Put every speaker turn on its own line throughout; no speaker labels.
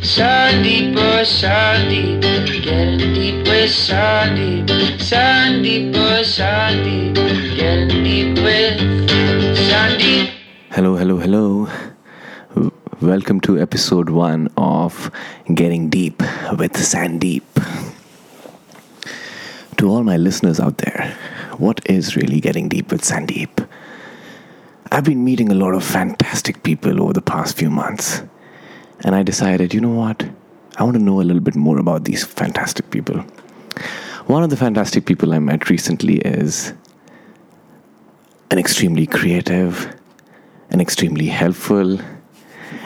Sandeep, oh Sandeep, getting deep with Sandeep. Sandeep, oh Sandeep, getting deep with Sandeep.
Hello, hello, hello. W- Welcome to episode one of Getting Deep with Sandeep. To all my listeners out there, what is really getting deep with Sandeep? I've been meeting a lot of fantastic people over the past few months, and I decided, you know what? I want to know a little bit more about these fantastic people. One of the fantastic people I met recently is an extremely creative, and extremely helpful.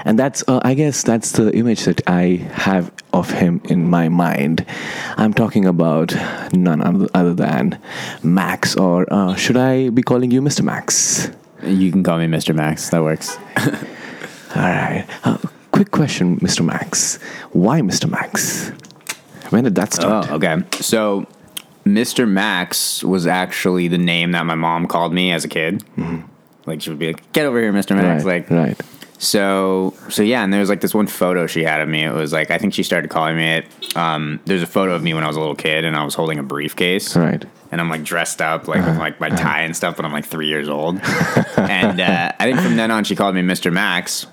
And that's, uh, I guess, that's the image that I have of him in my mind. I'm talking about none other- other than Max, or uh, should I be calling you Mr. Max?
You can call me Mr. Max. That works.
All right. Uh, quick question, Mr. Max. Why Mr. Max? When did that start?
Oh, okay. So, Mr. Max was actually the name that my mom called me as a kid. Like she would be like, "Get over here, Mr. Max."
Mm-hmm.
Like
right, right.
so, so yeah. And there was like this one photo she had of me. It was like I think she started calling me it. Um, there's a photo of me when I was a little kid, and I was holding a briefcase.
Right.
and I'm like dressed up, like with like my
Uh-huh.
tie and stuff, but I'm like three years old. and uh, I think from then on, she called me Mr. Max.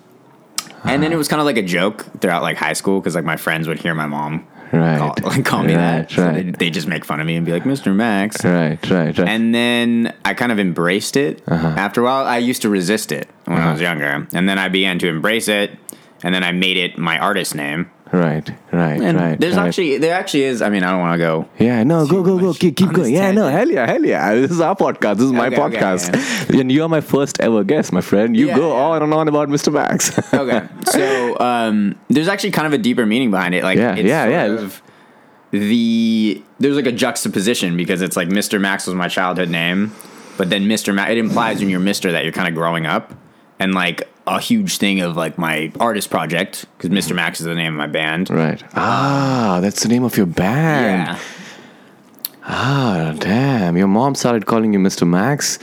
And then it was kind of like a joke throughout like high school because like my friends would hear my mom
Right.
call, like, call me
Right,
that. So
right.
they, they just make fun of me and be like Mr. Max.
Right, right, right.
And then I kind of embraced it.
Uh-huh.
After a while, I used to resist it when I was younger, and then I began to embrace it. And then I made it my artist name.
right, right,
And
right.
there's
right.
actually there actually is. I mean, I don't want to go
Yeah, no, go, go, go.
much
Keep, keep
on
going.
this
Yeah, no,
tangent.
hell yeah, hell yeah. This is our podcast. This is my
Okay, okay,
podcast. And you are my first ever guest, my friend. You
Yeah,
go
yeah.
on and on about Mr. Max.
okay. So um, there's actually kind of a deeper meaning behind it. Like
Yeah,
it's
yeah,
sort
yeah.
of the there's like a juxtaposition because it's like Mr. Max was my childhood name, but then Mr. Max it implies when you're Mr. that you're kind of growing up and like a huge thing of like my artist project because Mr. Max is the name of my band.
right. Ah, that's the name of your band.
Yeah.
Ah, damn. Your mom started calling you Mr. Max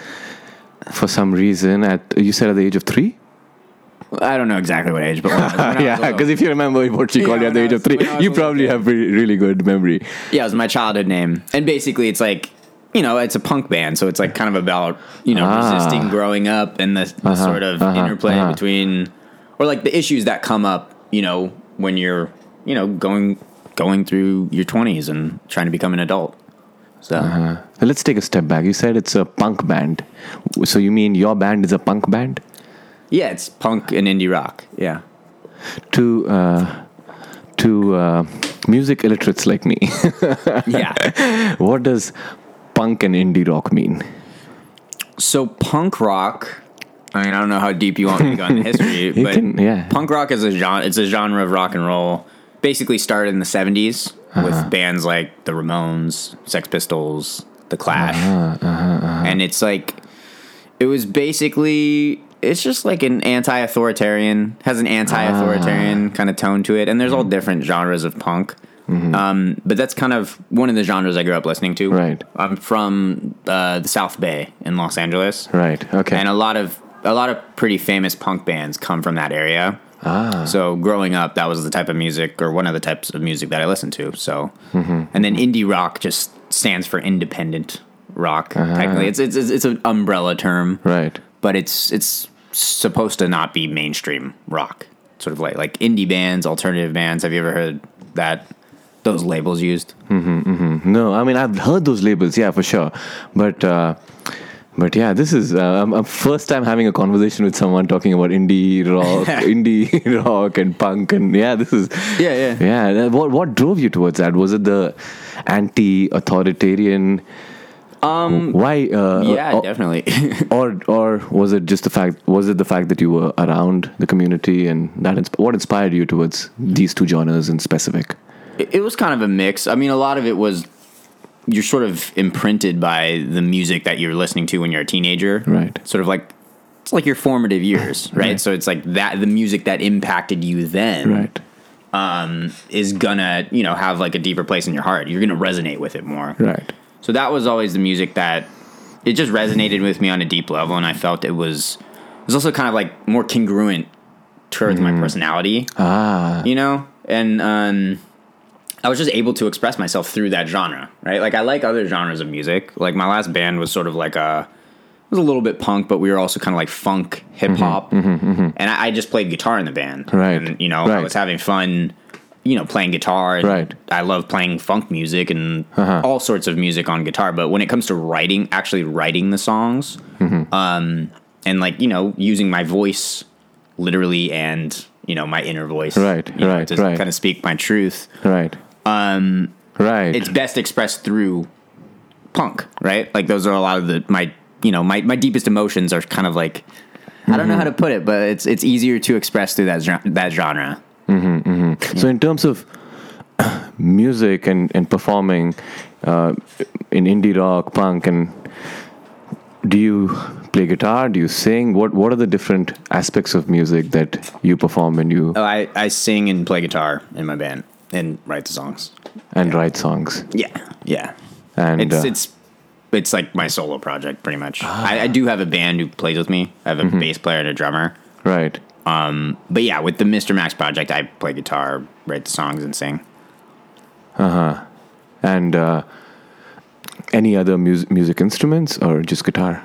for some reason at, you said at the age of three?
I don't know exactly what age, but when I was- when I was
yeah,
little-
because if you remember what she
Yeah,
called you
when
at the
I
age of
was-
three,
when I was
you
a little
probably have re- really good memory.
Yeah, it was my childhood name. And basically, it's like, you know, it's a punk band. So it's like kind of about, you know,
Ah.
resisting growing up and the, the sort of
uh-huh,
interplay
uh-huh.
between, or like the issues that come up, you know, when you're, you know, going going through your 20s and trying to become an adult. So,
Uh-huh. Let's take a step back. You said it's a punk band. So you mean your band is a punk band?
yeah, it's punk and indie rock. Yeah.
to uh, to uh, music illiterates like me.
Yeah.
what does punk and indie rock mean?
So punk rock. I mean, I don't know how deep you want me to go in the history, but
can- yeah.
punk rock is a genre. It's a genre of rock and roll. Basically, started in the '70s
Uh-huh.
with bands like the Ramones, Sex Pistols, The Clash,
Uh-huh,
and it's like it was basically it's just like an anti-authoritarian has an anti-authoritarian
Ah.
kind of tone to it, and there's all
Mm-hmm.
different genres of punk. Um, but that's kind of one of the genres I grew up listening to.
Right.
I'm from uh, the South Bay in Los Angeles,
Right. Okay.
and a lot of a lot of pretty famous punk bands come from that area. Ah. So growing up, that was the type of music, or one of the types of music that I listened to. So, and then indie rock just stands for independent rock. Technically, it's it's it's it's an umbrella term,
right.
but it's it's supposed to not be mainstream rock. Sort of like like indie bands, alternative bands. Have you ever heard that? Those labels used.
No, I mean I've heard those labels, yeah, for sure. But uh, but yeah, this is uh, I'm, I'm first time having a conversation with someone talking about indie rock, indie rock and punk, and yeah, this is
Yeah, yeah.
yeah. that- What what drove you towards that? Was it the anti-authoritarian? Um, why? Uh,
yeah,
or-
definitely.
or or was it just the fact was it the fact that you were around the community and that insp- what inspired you towards these two genres in specific
it it was kind of a mix. I mean, a lot of it was you're sort of imprinted by the music that you're listening to when you're a teenager,
Right.
Sort of like it's like your formative years, right? So it's like that the music that impacted you then, is gonna you know have like a deeper place in your heart. You're gonna resonate with it more,
right
so that was always the music that it just resonated with me on a deep level, and I felt it was
Mm.
it was also kind of like more congruent towards my personality. Ah, you know, and um, I was just able to express myself through that genre, right? Like I like other genres of music. Like my last band was sort of like a it was a little bit punk, but we were also kind of like funk, hip hop, and I, I just played guitar in the band.
Mm-hmm. Right.
and you know I
Right.
was having fun, you know, playing guitar. and
Right. Uh-huh.
I love playing funk music and all sorts of music on guitar. But when it comes to writing, actually writing the songs,
Mm-hmm.
um, and like you know using my voice literally and you know my inner voice
Right,
you know,
right,
to
right.
kind of speak my truth
Right. Um. Right.
it's best expressed through punk, right? Like those are a lot of the my you know my my deepest emotions are kind of like I
Mm-hmm.
don't know how to put it, but it's it's easier to express through that gen- that genre.
So in terms of music and and performing uh, in indie rock, punk, and do you play guitar? Do you sing? What What are the different aspects of music that you perform and you
Oh, I I sing and play guitar in my band and write the songs.
and write songs?
Yeah, yeah.
And
it's
uh,
it's it's like my solo project pretty much.
Ah.
I, I do have a band who plays with me. I have
Mm-hmm.
a bass player and a drummer.
right.
But yeah, with the Mr. Max project, I play guitar, write the songs, and sing.
And uh, any other mus- music instruments or just guitar?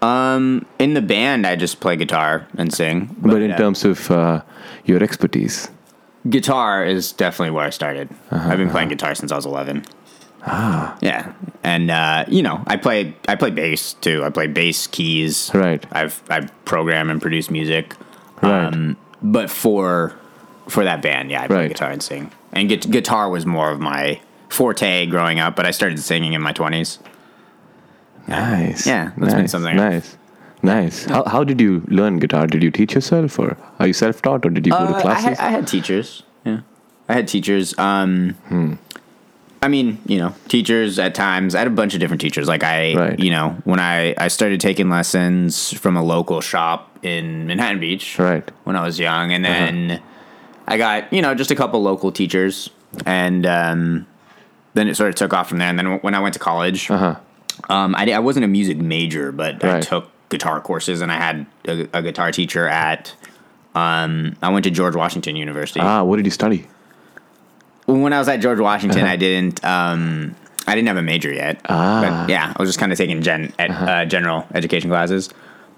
In the band, I just play guitar and sing.
But, in
uh,
terms of uh, your expertise,
guitar is definitely where I started.
Uh-huh,
I've been playing guitar since I was eleven. Ah, yeah, and uh, you know, I play I play bass too. I play bass keys.
Right.
I've I program and produce music.
Right.
Um, but for for that band, yeah, I play
Right.
guitar and sing. And gu- guitar was more of my forte growing up, but I started singing in my twenties.
nice.
Yeah,
nice,
that's been something I've-
Nice, nice. How, how did you learn guitar? Did you teach yourself, or are you self-taught, or did you go to
Uh, I,
classes?
had, I had teachers. Yeah, I had teachers. Um,
Hmm.
I mean, you know, teachers at times. I had a bunch of different teachers. Like I,
Right.
you know, when I I started taking lessons from a local shop in Manhattan Beach,
Right. Uh-huh.
when I was young, and then I got you know just a couple local teachers, and um, then it sort of took off from there. And then when I went to college, um, I, di- I wasn't a music major, but I
Uh-huh. Right.
took guitar courses, and I had a, a guitar teacher at. Um, I went to George Washington University.
ah, what did you study?
when I was at George Washington,
Uh-huh.
I didn't. Um, I didn't have a major yet. Ah. But yeah, I was just kind of taking gen ed,
Uh-huh.
uh, general education classes.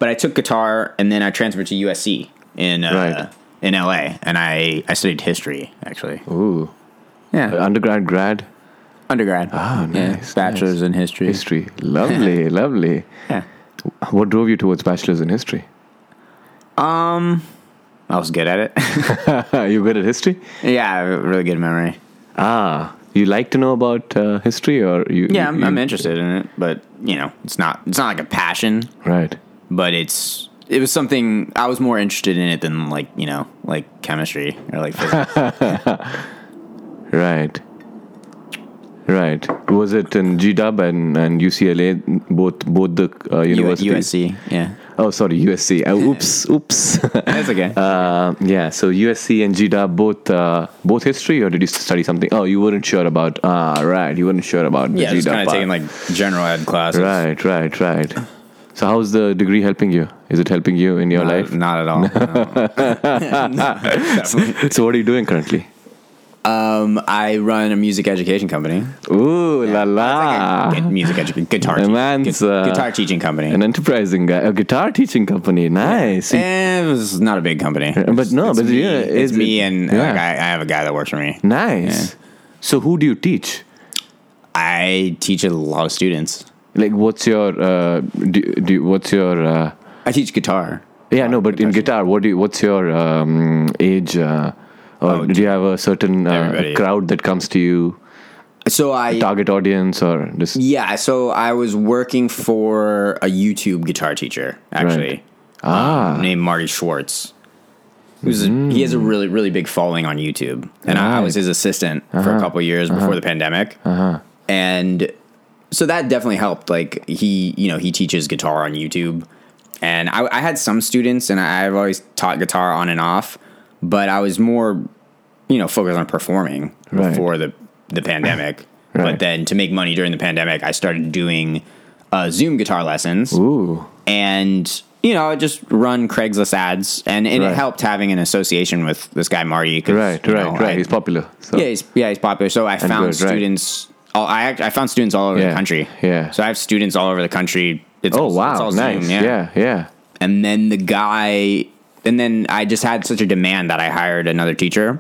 But I took guitar, and then I transferred to USC in uh,
Right.
in LA, and I I studied history actually.
Ooh,
Yeah,
undergrad, grad,
undergrad.
Ah,
Yeah,
nice,
bachelor's in history.
history. Lovely, lovely.
Yeah,
What drove you towards bachelor's in history?
I was good at it.
you good at history?
yeah, I have a really good memory.
Ah, you like to know about uh, history, or you?
Yeah, I'm,
you-
I'm interested in it, but you know, it's not it's not like a passion,
Right.
but it's it was something I was more interested in it than like you know like chemistry or like physics.
Right. Right. Was it in GW and, and UCLA, both both the uh,
U-
universities?
USC. Yeah,
Oh, sorry, USC. Uh, oops, oops.
that's okay.
uh, yeah. So USC and GW both uh, both history, or did you study something? Oh, you weren't sure about. Ah, right. You weren't sure about the
yeah,
GW
just kind of
part.
taking like general ed classes.
right, right, right. So how's the degree helping you? Is it helping you in your
Not,
life?
Uh, not at all. no. Definitely.
So what are you doing currently?
um, I run a music education company.
Ooh la la!
Like a gu- music education, guitar,
Ah. A
teaching-
man's,
gu-
uh,
guitar teaching company.
An enterprising guy, a guitar teaching company. Nice.
Eh, it was not a big company,
But no,
it's
but
me,
yeah,
it's
it-
me and
yeah.
like, I, I have a guy that works for me.
Nice. So who do you teach?
I teach a lot of students.
Like, what's your uh, do, do what's your uh,
I teach guitar.
yeah no, but in guitar, what do you, what's your um, age? Uh, or
Oh,
do you have a certain uh,
everybody.
crowd that comes to you,
So I
target audience, or this?
yeah. So I was working for a YouTube guitar teacher actually Um,
Ah, Mm.
named Marty Schwartz. He was a, he has a really really big following on YouTube, and I, I was his assistant for
Uh-huh.
a couple years before the pandemic. And so that definitely helped. Like he, you know, he teaches guitar on YouTube, and I, I had some students, and I, I've always taught guitar on and off, but I was more, you know, focused on performing
Right.
before the the pandemic. But
Right.
then to make money during the pandemic, I started doing uh, Zoom guitar lessons
ooh,
and you know, I just run Craigslist ads, and, and
Right.
it helped having an association with this guy Marty. 'cause,
Right,
you
right,
know,
right.
I-
He's popular. So.
yeah, he's, yeah, he's popular. So I found
good, right.
students. All, I act- I found students all over
Yeah,
the country.
yeah.
So I have students all over the country. It's
oh
all-
wow,
it's all
nice.
Zoom,
yeah. yeah,
And then the guy, and then I just had such a demand that I hired another teacher.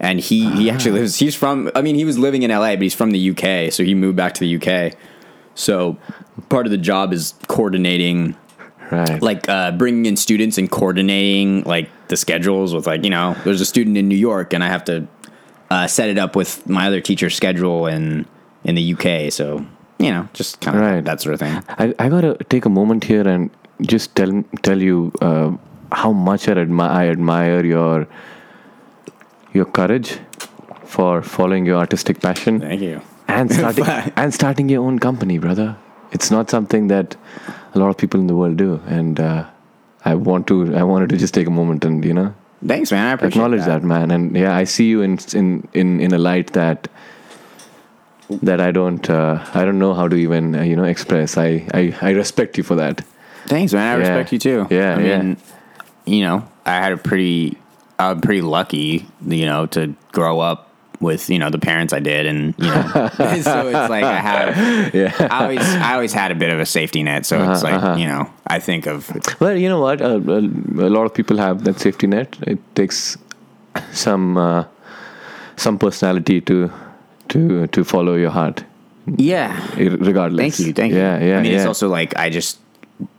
And he
Ah.
he actually lives. He's from. I mean, he was living in L.A., but he's from the U.K. So he moved back to the U.K. So part of the job is coordinating
Right.
like uh, bringing in students and coordinating like the schedules with like you know there's a student in New York and I have to uh, set it up with my other teacher's schedule in in the UK so you know just kind of
Right.
that sort of thing
I, I gotta take a moment here and just tell tell you uh, how much I admire, I admire your your courage for following your artistic passion
thank you
and starting and starting your own company, brother. It's not something that a lot of people in the world do, and uh, I want to I wanted to just take a moment and you know
thanks man I appreciate
acknowledge that. man and yeah i see you in in in, in a light that that i don't uh, i don't know how to even uh, you know express I, I i respect you for that
thanks man I
Yeah.
respect you too
Yeah,
I
yeah.
mean you know I had a pretty I'm pretty lucky you know to grow up with you know the parents I did and you know so it's like I have
yeah Uh-huh,
I always I always had a bit of a safety net, so it's like you know I think of
well you know what a, a, a lot of people have that safety net it takes some uh, some personality to to to follow your heart
yeah.
ir- regardless
Thank you, thank
yeah
you.
yeah
I mean,
yeah.
it's also like I just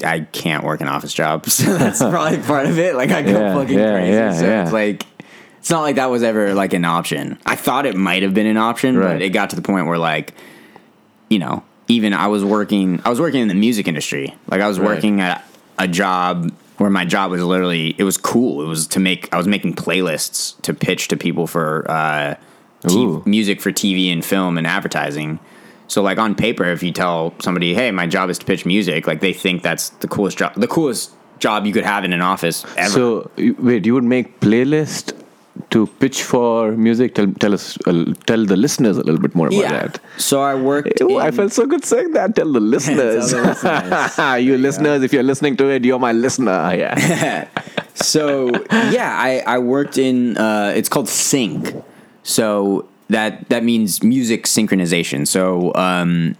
I can't work an office job, so that's probably part of it. Like I go
Yeah,
fucking
yeah,
crazy,
yeah,
so
yeah.
it's like it's not like that was ever like an option. I thought it might have been an option,
Right.
but it got to the point where like you know even I was working I was working in the music industry. Like I was
Right.
working at a job where my job was literally it was cool. It was to make I was making playlists to pitch to people for uh, t-
Ooh.
music for TV and film and advertising. So like on paper, if you tell somebody, "Hey, my job is to pitch music," like they think that's the coolest job, the coolest job you could have in an office ever.
So you- wait, you would make playlist to pitch for music. Tell tell us, uh, tell the listeners a little bit more about that.
So I worked.
Ew,
in-
I felt so good saying that. Tell the listeners,
the
you listeners, if you're listening to it, you're my listener. Yeah,
so yeah, I, I worked in uh, it's called sync. So that that means music synchronization. So um,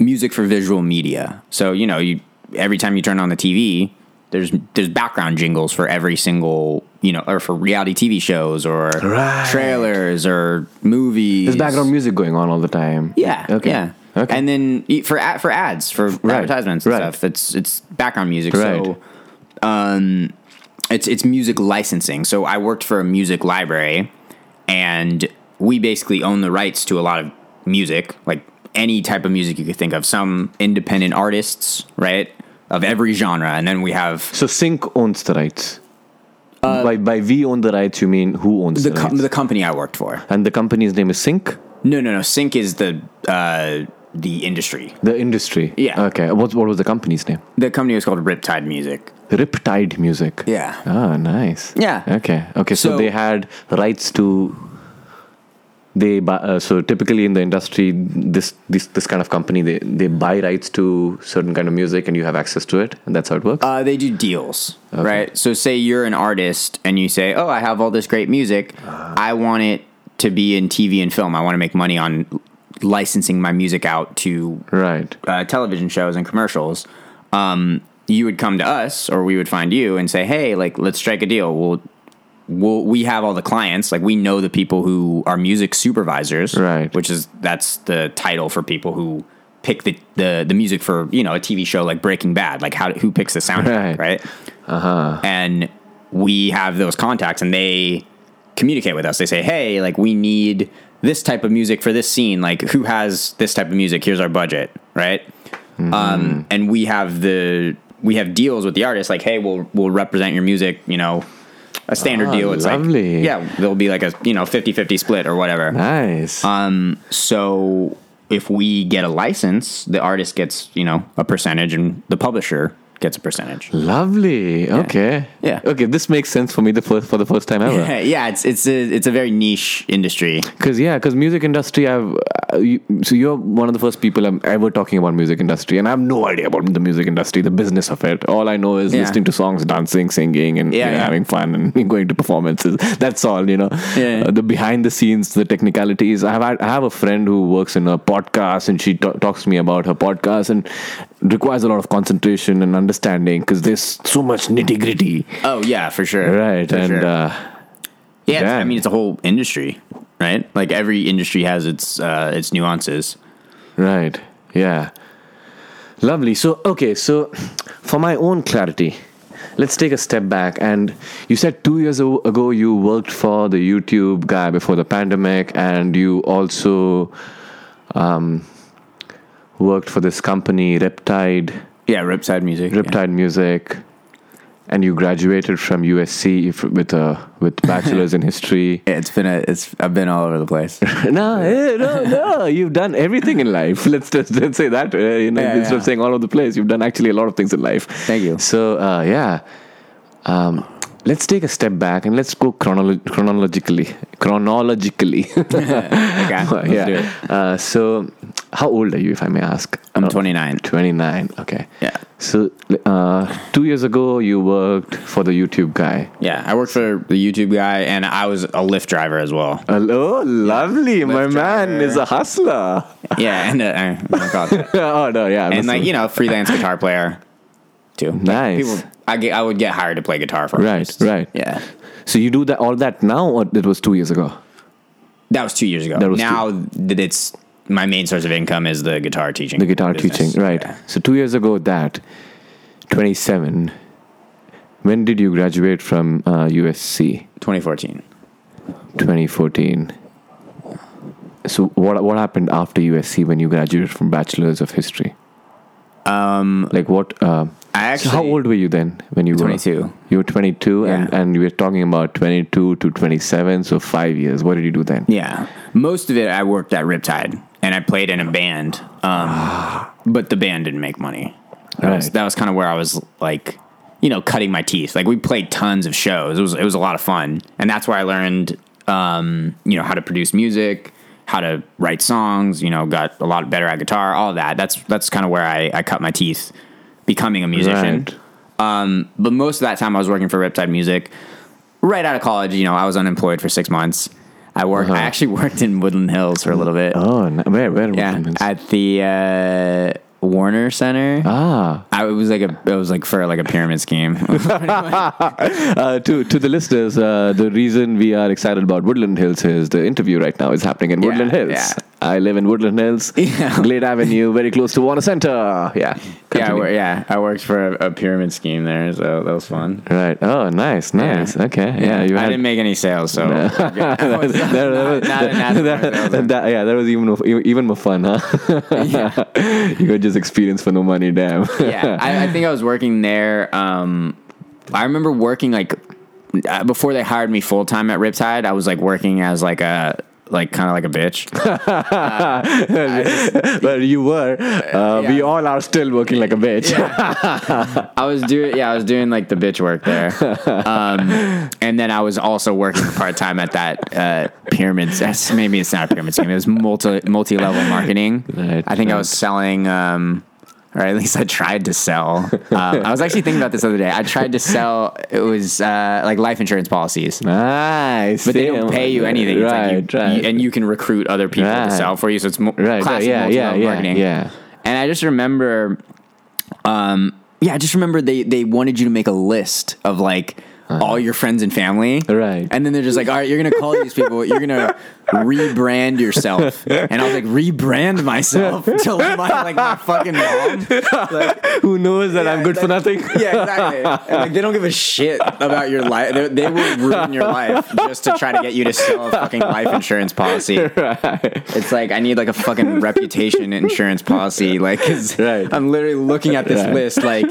music for visual media. So you know, you every time you turn on the TV, there's there's background jingles for every single you know, or for reality TV shows or
Right.
trailers or movies.
there's background music going on all the time.
Yeah.
Okay.
Yeah.
Okay.
And then e- for ad, for ads for advertisements and
right.
stuff, it's it's background music.
Right.
So, um, it's it's music licensing. So I worked for a music library, and we basically own the rights to a lot of music, like any type of music you could think of. Some independent artists, right, of every genre, and then we have
so Sync owns the rights. by by we own the rights, you mean who owns the,
Uh, the com-
rights?
the company I worked for.
and the company's name is Sync.
No, no, no. Sync is the uh, the industry.
The industry.
Yeah.
Okay. What what was the company's name?
The company was called Riptide Music.
Riptide Music.
Yeah.
Ah, nice.
Yeah.
Okay. Okay. So,
So-
they had rights to. They buy, uh, so typically in the industry, this this this kind of company they they buy rights to certain kind of music, and you have access to it, and that's how it works.
Uh, they do deals, right? So, say you're an artist and you say, "Oh, I have all this great music. I want it to be in TV and film. I want to make money on licensing my music out to
right.
uh, television shows and commercials." Um, you would come to us, or we would find you and say, "Hey, like, let's strike a deal. We'll, we'll we have all the clients. Like, we know the people who are music supervisors,
Right.
Which is that's the title for people who." Pick the, the the music for you know a TV show like Breaking Bad like how who picks the soundtrack
Right. Uh-huh.
right and we have those contacts and they communicate with us they say hey like we need this type of music for this scene like who has this type of music here's our budget right
Mm-hmm.
um, and we have the we have deals with the artists like hey we'll we'll represent your music you know a standard
Ah,
deal it's
lovely.
like yeah there'll be like a you know 50-50 split or whatever
Nice.
uh, so if we get a license the artist gets you know a percentage and the publisher gets a percentage
Lovely. Okay.
Yeah.
Okay. This makes sense for me the first for the first time ever.
yeah, it's it's a it's a very niche industry.
Cause yeah, cause music industry, I've uh, you, so you're one of the first people I'm ever talking about music industry, and I have no idea about the music industry, the business of it. All I know is
Yeah.
listening to songs, dancing, singing, and
Yeah,
you know,
yeah.
having fun and going to performances. That's all, you know.
Yeah, yeah.
Uh, the behind the scenes, the technicalities. I have had- I have a friend who works in a podcast, and she ta- talks to me about her podcast, and it requires a lot of concentration and understanding because there's so much nitty gritty,
Oh yeah, for sure.
right?
For
and
sure.
uh,
yeah, it's- I
damn.
mean it's a whole industry, right? Like every industry has its uh, its nuances.
Right. Yeah. Lovely. So, okay. So, for my own clarity, let's take a step back. And you said two years a- ago you worked for the YouTube guy before the pandemic, and you also um, worked for this company, Reptide,
Yeah, Riptide music. yeah.
Reptide Music, and you graduated from USC if- with a with bachelor's in history.
Yeah, it's been a it's I've been all over the place.
No, eh, no, no. You've done everything in life. Let's just let's say that. eh, you know,
Yeah,
instead of
yeah.
saying all over the place, you've done actually a lot of things in life.
Thank you.
So, uh, yeah. Um, let's take a step back and let's go chronolo- chronologically. Chronologically.
Okay, let's do it.
yeah. Uh, so, how old are you, if I may ask?
I'm
Uh,
29.
29. Okay.
Yeah.
So, uh, two years ago, you worked for the YouTube guy.
Yeah, I worked for the YouTube guy, and I was a Lyft driver as well.
Hello, lovely. My
Left
man is a hustler.
Yeah, and uh, oh my god,
oh, no, yeah.
and
that's-
like you know, freelance guitar player too. Like,
Nice.
People, I get I would get hired to play guitar for
Right,
artists.
right.
Yeah,
So you do that all that now, or it was two years ago?
that was two years ago.
That was
now that it's my main source of income is the guitar teaching.
The guitar
business.
teaching, right?
Yeah.
So two years ago, that twenty-seven. When did you graduate from uh, USC?
2014.
Twenty fourteen. So what what happened after USC when you graduated from Bachelor's of History? Um, like what? Uh,
I
so how
actually-
old were you then when you were
22.
You were twenty two, and
Yeah.
and we were talking about twenty two to twenty seven, so five years. What did you do then?
Yeah. Most of it I worked at Riptide and I played in a band. Um, but the band didn't make money. That was,
Right.
that was kind of where I was like, you know, cutting my teeth. Like we played tons of shows. It was it was a lot of fun. And that's where I learned um, you know, how to produce music, how to write songs, you know, got a lot better at guitar, all of that. That's that's kind of where I, I cut my teeth becoming a musician
Right.
but most of that time I was working for Riptide Music. Right out of college, you know, I was unemployed for six months. I worked. I actually worked in Woodland Hills for a little bit.
Oh, n- where where? were
yeah,
you?
at the uh, Warner Center.
ah.
I it was like a. It was like for like a pyramid scheme.
Uh, to to the listeners, uh, the reason we are excited about Woodland Hills is the interview right now is happening in
Yeah,
Woodland Hills.
yeah.
I live in Woodland Hills,
Yeah.
Glade Avenue, very close to Warner Center. Yeah.
yeah, I,
Continue.
wor- yeah. I worked for a, a pyramid scheme there, so that was fun.
Right. Oh, nice, nice. Okay. Yeah. you
I
had-
didn't make any sales, so I was
That- that-
not- not an
that-
advertiser, I was a-
that- yeah, that was even more, e-, even more fun, huh? you got just experience for no money, damn.
yeah, I, I think I was working there. Um, I remember working like uh, before they hired me full time at Riptide. I was like working as like a like kind of like a bitch.
but you were. Uh, We
Yeah.
all are still working like a bitch.
I was doing yeah, I was doing like the bitch work there. Um, and then I was also working part time at that uh, pyramid. that's- Maybe it's not a pyramid scheme. It was multi multi level marketing.
Right,
I think
right.
I was selling. Um, or at least I tried to sell. Um, I was actually thinking about this the other day. I tried to sell. It was uh, like life insurance policies.
Nice.
But they
damn.
don't pay you anything. It's
Right,
like you,
right.
you- and you can recruit other people
Right.
to sell for you. So it's mo-
Right,
classic
right, yeah, yeah,
multi-level
yeah,
marketing.
yeah.
And I just remember, um, yeah, I just remember they they wanted you to make a list of like all your friends and family.
Uh-huh. Right.
And then they're just like, all right, you're gonna call these people. You're gonna rebrand yourself. And I was like, rebrand myself to my like my fucking mom.
Who knows that I'm good for nothing?
Yeah, exactly. And, like they don't give a shit about your life. They, they will ruin your life just to try to get you to sell a fucking life insurance policy. It's like I need like a fucking reputation insurance policy. Like, 'cause
Right.
I'm literally looking at this
Right.
list. Like,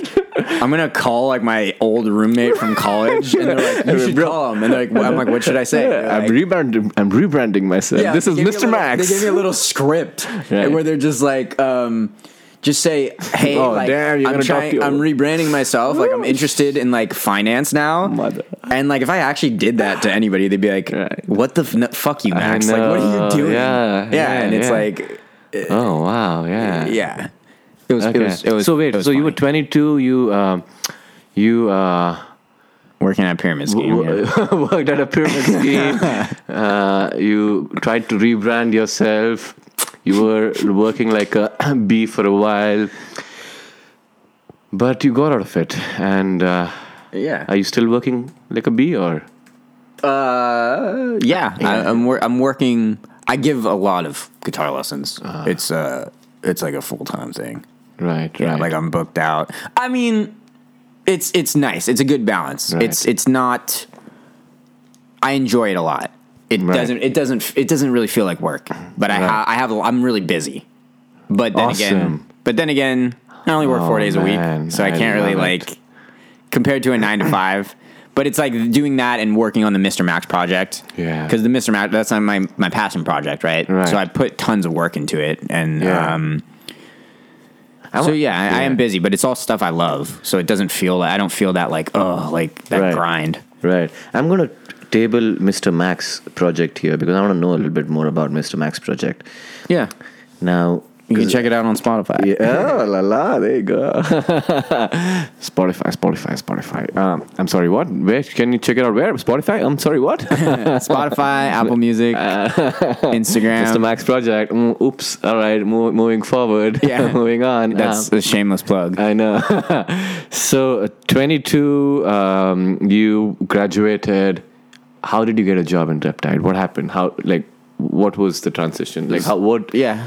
I'm gonna call like my old roommate from college, and they're like, "You should call him." And they're like, well, "I'm like, what should I say?" They're
I'm
like,
rebranding. I'm rebranding myself.
yeah,
this
they
is
gave me a
Mr.
little-
Max.
They gave me a little script
Right.
where they're just like, um, Just say, hey,
Oh,
like,
damn, you're
I'm,
gonna talk
trying,
to-
I'm rebranding myself. like, I'm interested in like finance now.
Mother.
And like, if I actually did that to anybody, they'd be like,
Right.
"What the f- no, fuck you, Max? Like, what
know,
are you doing?"
yeah,
yeah.
yeah,
and it's
yeah.
like,
Oh wow, yeah,
yeah. It was.
Okay.
It was. It was.
so
it
wait,
was
so you were
funny.
22. You, um, you uh,
working at pyramid scheme. yeah.
worked at a pyramid scheme. uh, you tried to rebrand yourself. You were working like a bee for a while, but you got out of it. And uh,
Yeah.
are you still working like a bee, or
Uh, yeah. I, I'm. Wor- I'm working. I give a lot of guitar lessons.
Uh-huh.
it's uh, it's like a full time thing.
right?
Yeah,
right.
like I'm booked out. I mean, it's it's nice. It's a good balance.
Right.
It's it's not. I enjoy it a lot. It
Right.
doesn't. It doesn't. It doesn't really feel like work. But I ha- I have. a- I'm really busy. But then
Awesome.
again, but then again, I only work
Oh,
four days a
man,
week, so I
I
can't really
love it.
like compared to a nine to five. But it's like doing that and working on the Mr. Max project.
Yeah.
Because the Mr. Max, that's not my, my passion project, right?
Right.
So I put tons of work into it. And
Yeah.
um, so
wa-
yeah, I, I
yeah.
am busy, but it's all stuff I love. So it doesn't feel I don't feel that like oh like that
Right.
grind.
Right. I'm going to table Mr. Max project here because I want to know a little bit more about Mr. Max project.
Yeah,
Now,
you can check it out on Spotify.
yeah, oh, la la, there you go.
Spotify, Spotify, Spotify. Um, I'm sorry, what? Where can you check it out? Where Spotify? I'm sorry, what?
Spotify, Apple Music, Instagram.
Mr. Max Project. Mm, oops. All right. Mo- moving forward.
Yeah.
moving on.
That's
Um,
a shameless plug.
I know. so, uh, 22, um, you graduated. How did you get a job in Reptide? What happened? How, like, what was the transition? Like, how, what,
yeah,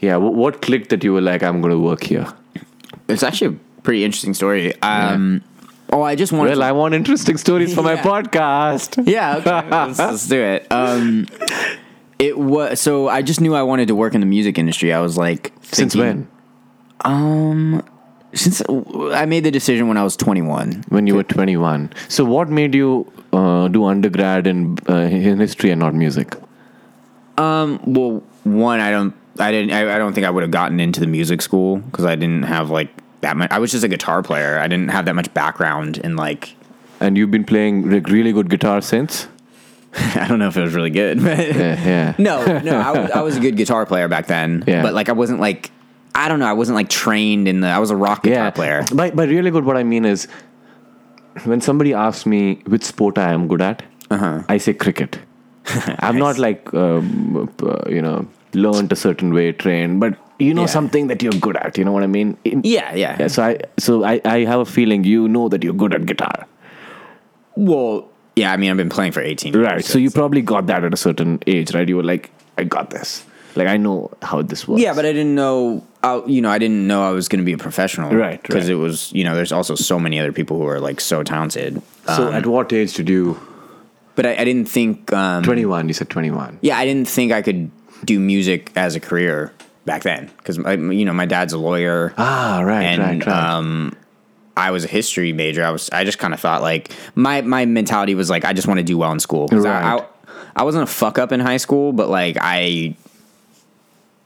yeah, what, what clicked that you were like, I'm going to work here?
it's actually a pretty interesting story. Um, Oh, I just wanted.
Well,
to-
I want interesting stories for my
Yeah.
podcast.
yeah, okay, let's, let's do it. Um, it was so I just knew I wanted to work in the music industry. I was like,
Since
thinking- um,
when?
Since I made the decision when I was twenty one.
When you were 21. So, what made you uh, do undergrad in, uh, in history and not music?
Um, Well, one, I don't, I didn't, I, I don't think I would have gotten into the music school because I didn't have like that much. I was just a guitar player. I didn't have that much background in like.
And you've been playing like, really good guitar since?
I don't know if it was really good, but
Yeah, yeah.
no, no, I, was- I was a good guitar player back then.
Yeah.
but like I wasn't like, I don't know, I wasn't like trained in the. I was a rock guitar player.
By, by really good, what I mean is when somebody asks me which sport I am good at,
Uh-huh.
I say cricket. I'm not like, um, uh, you know, learned a certain way, trained, but you know
Yeah.
something that you're good at. You know what I mean? In-
Yeah, yeah.
Yeah, so I, so I, I have a feeling you know that you're good at guitar.
Well, yeah, I mean, I've been playing for eighteen. years,
Right. So you probably got that at a certain age, right? You were like, I got this. Like, I know how this works.
Yeah, but I didn't know. I, you know, I didn't know I was going to be a professional,
Right,
Because
right.
it was, you know, there's also so many other people who are like so talented.
So at what age did you?
But I, I didn't think. Um,
21. You said 21.
yeah, I didn't think I could do music as a career back then because you know my dad's a lawyer
Ah, right,
and
right, right.
um, I was a history major. I was I just kind of thought like my my mentality was like I just want to do well in school. 'Cause I,
Right.
I I wasn't a fuck up in high school, but like I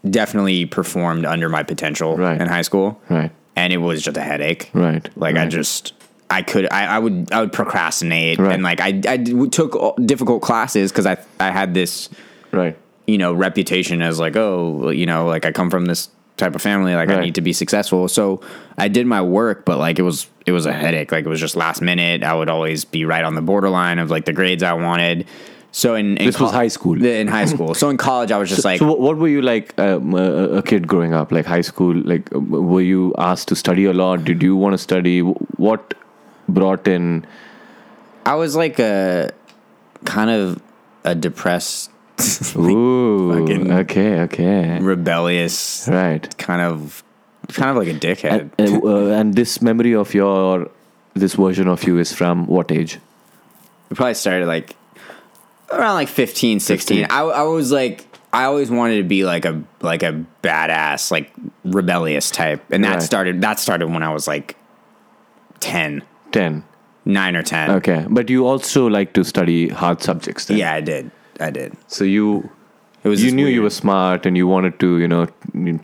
definitely performed under my potential
Right.
in high school,
right.
and it was just a headache.
Right.
Like I
right.
just I could I, I would I would procrastinate
Right.
and like I I d- took all- difficult classes because I I had this
Right.
you know reputation as like oh well, you know like I come from this type of family like
Right.
I need to be successful so I did my work but like it was it was a headache like it was just last minute I would always be right on the borderline of like the grades I wanted so in, in
This was high school.
in high school so in college I was just like
so what, what were you like um, a, a kid growing up like high school like um, were you asked to study a lot did you want to study what brought in
I was like a kind of a depressed
ooh
fucking-
okay okay
rebellious
right
kind of kind of like a dickhead.
and, uh, and this memory of your this version of you is from what age
We probably started like around like 15, 16.
15.
I, I was like, I always wanted to be like a like a badass, like rebellious type, and that
Right.
started that started when I was like 10,
10
9 or ten.
okay but you also like to study hard subjects then.
Yeah, I did. I did.
so you
It was
you
just
knew you
weird.
were smart and you wanted to you know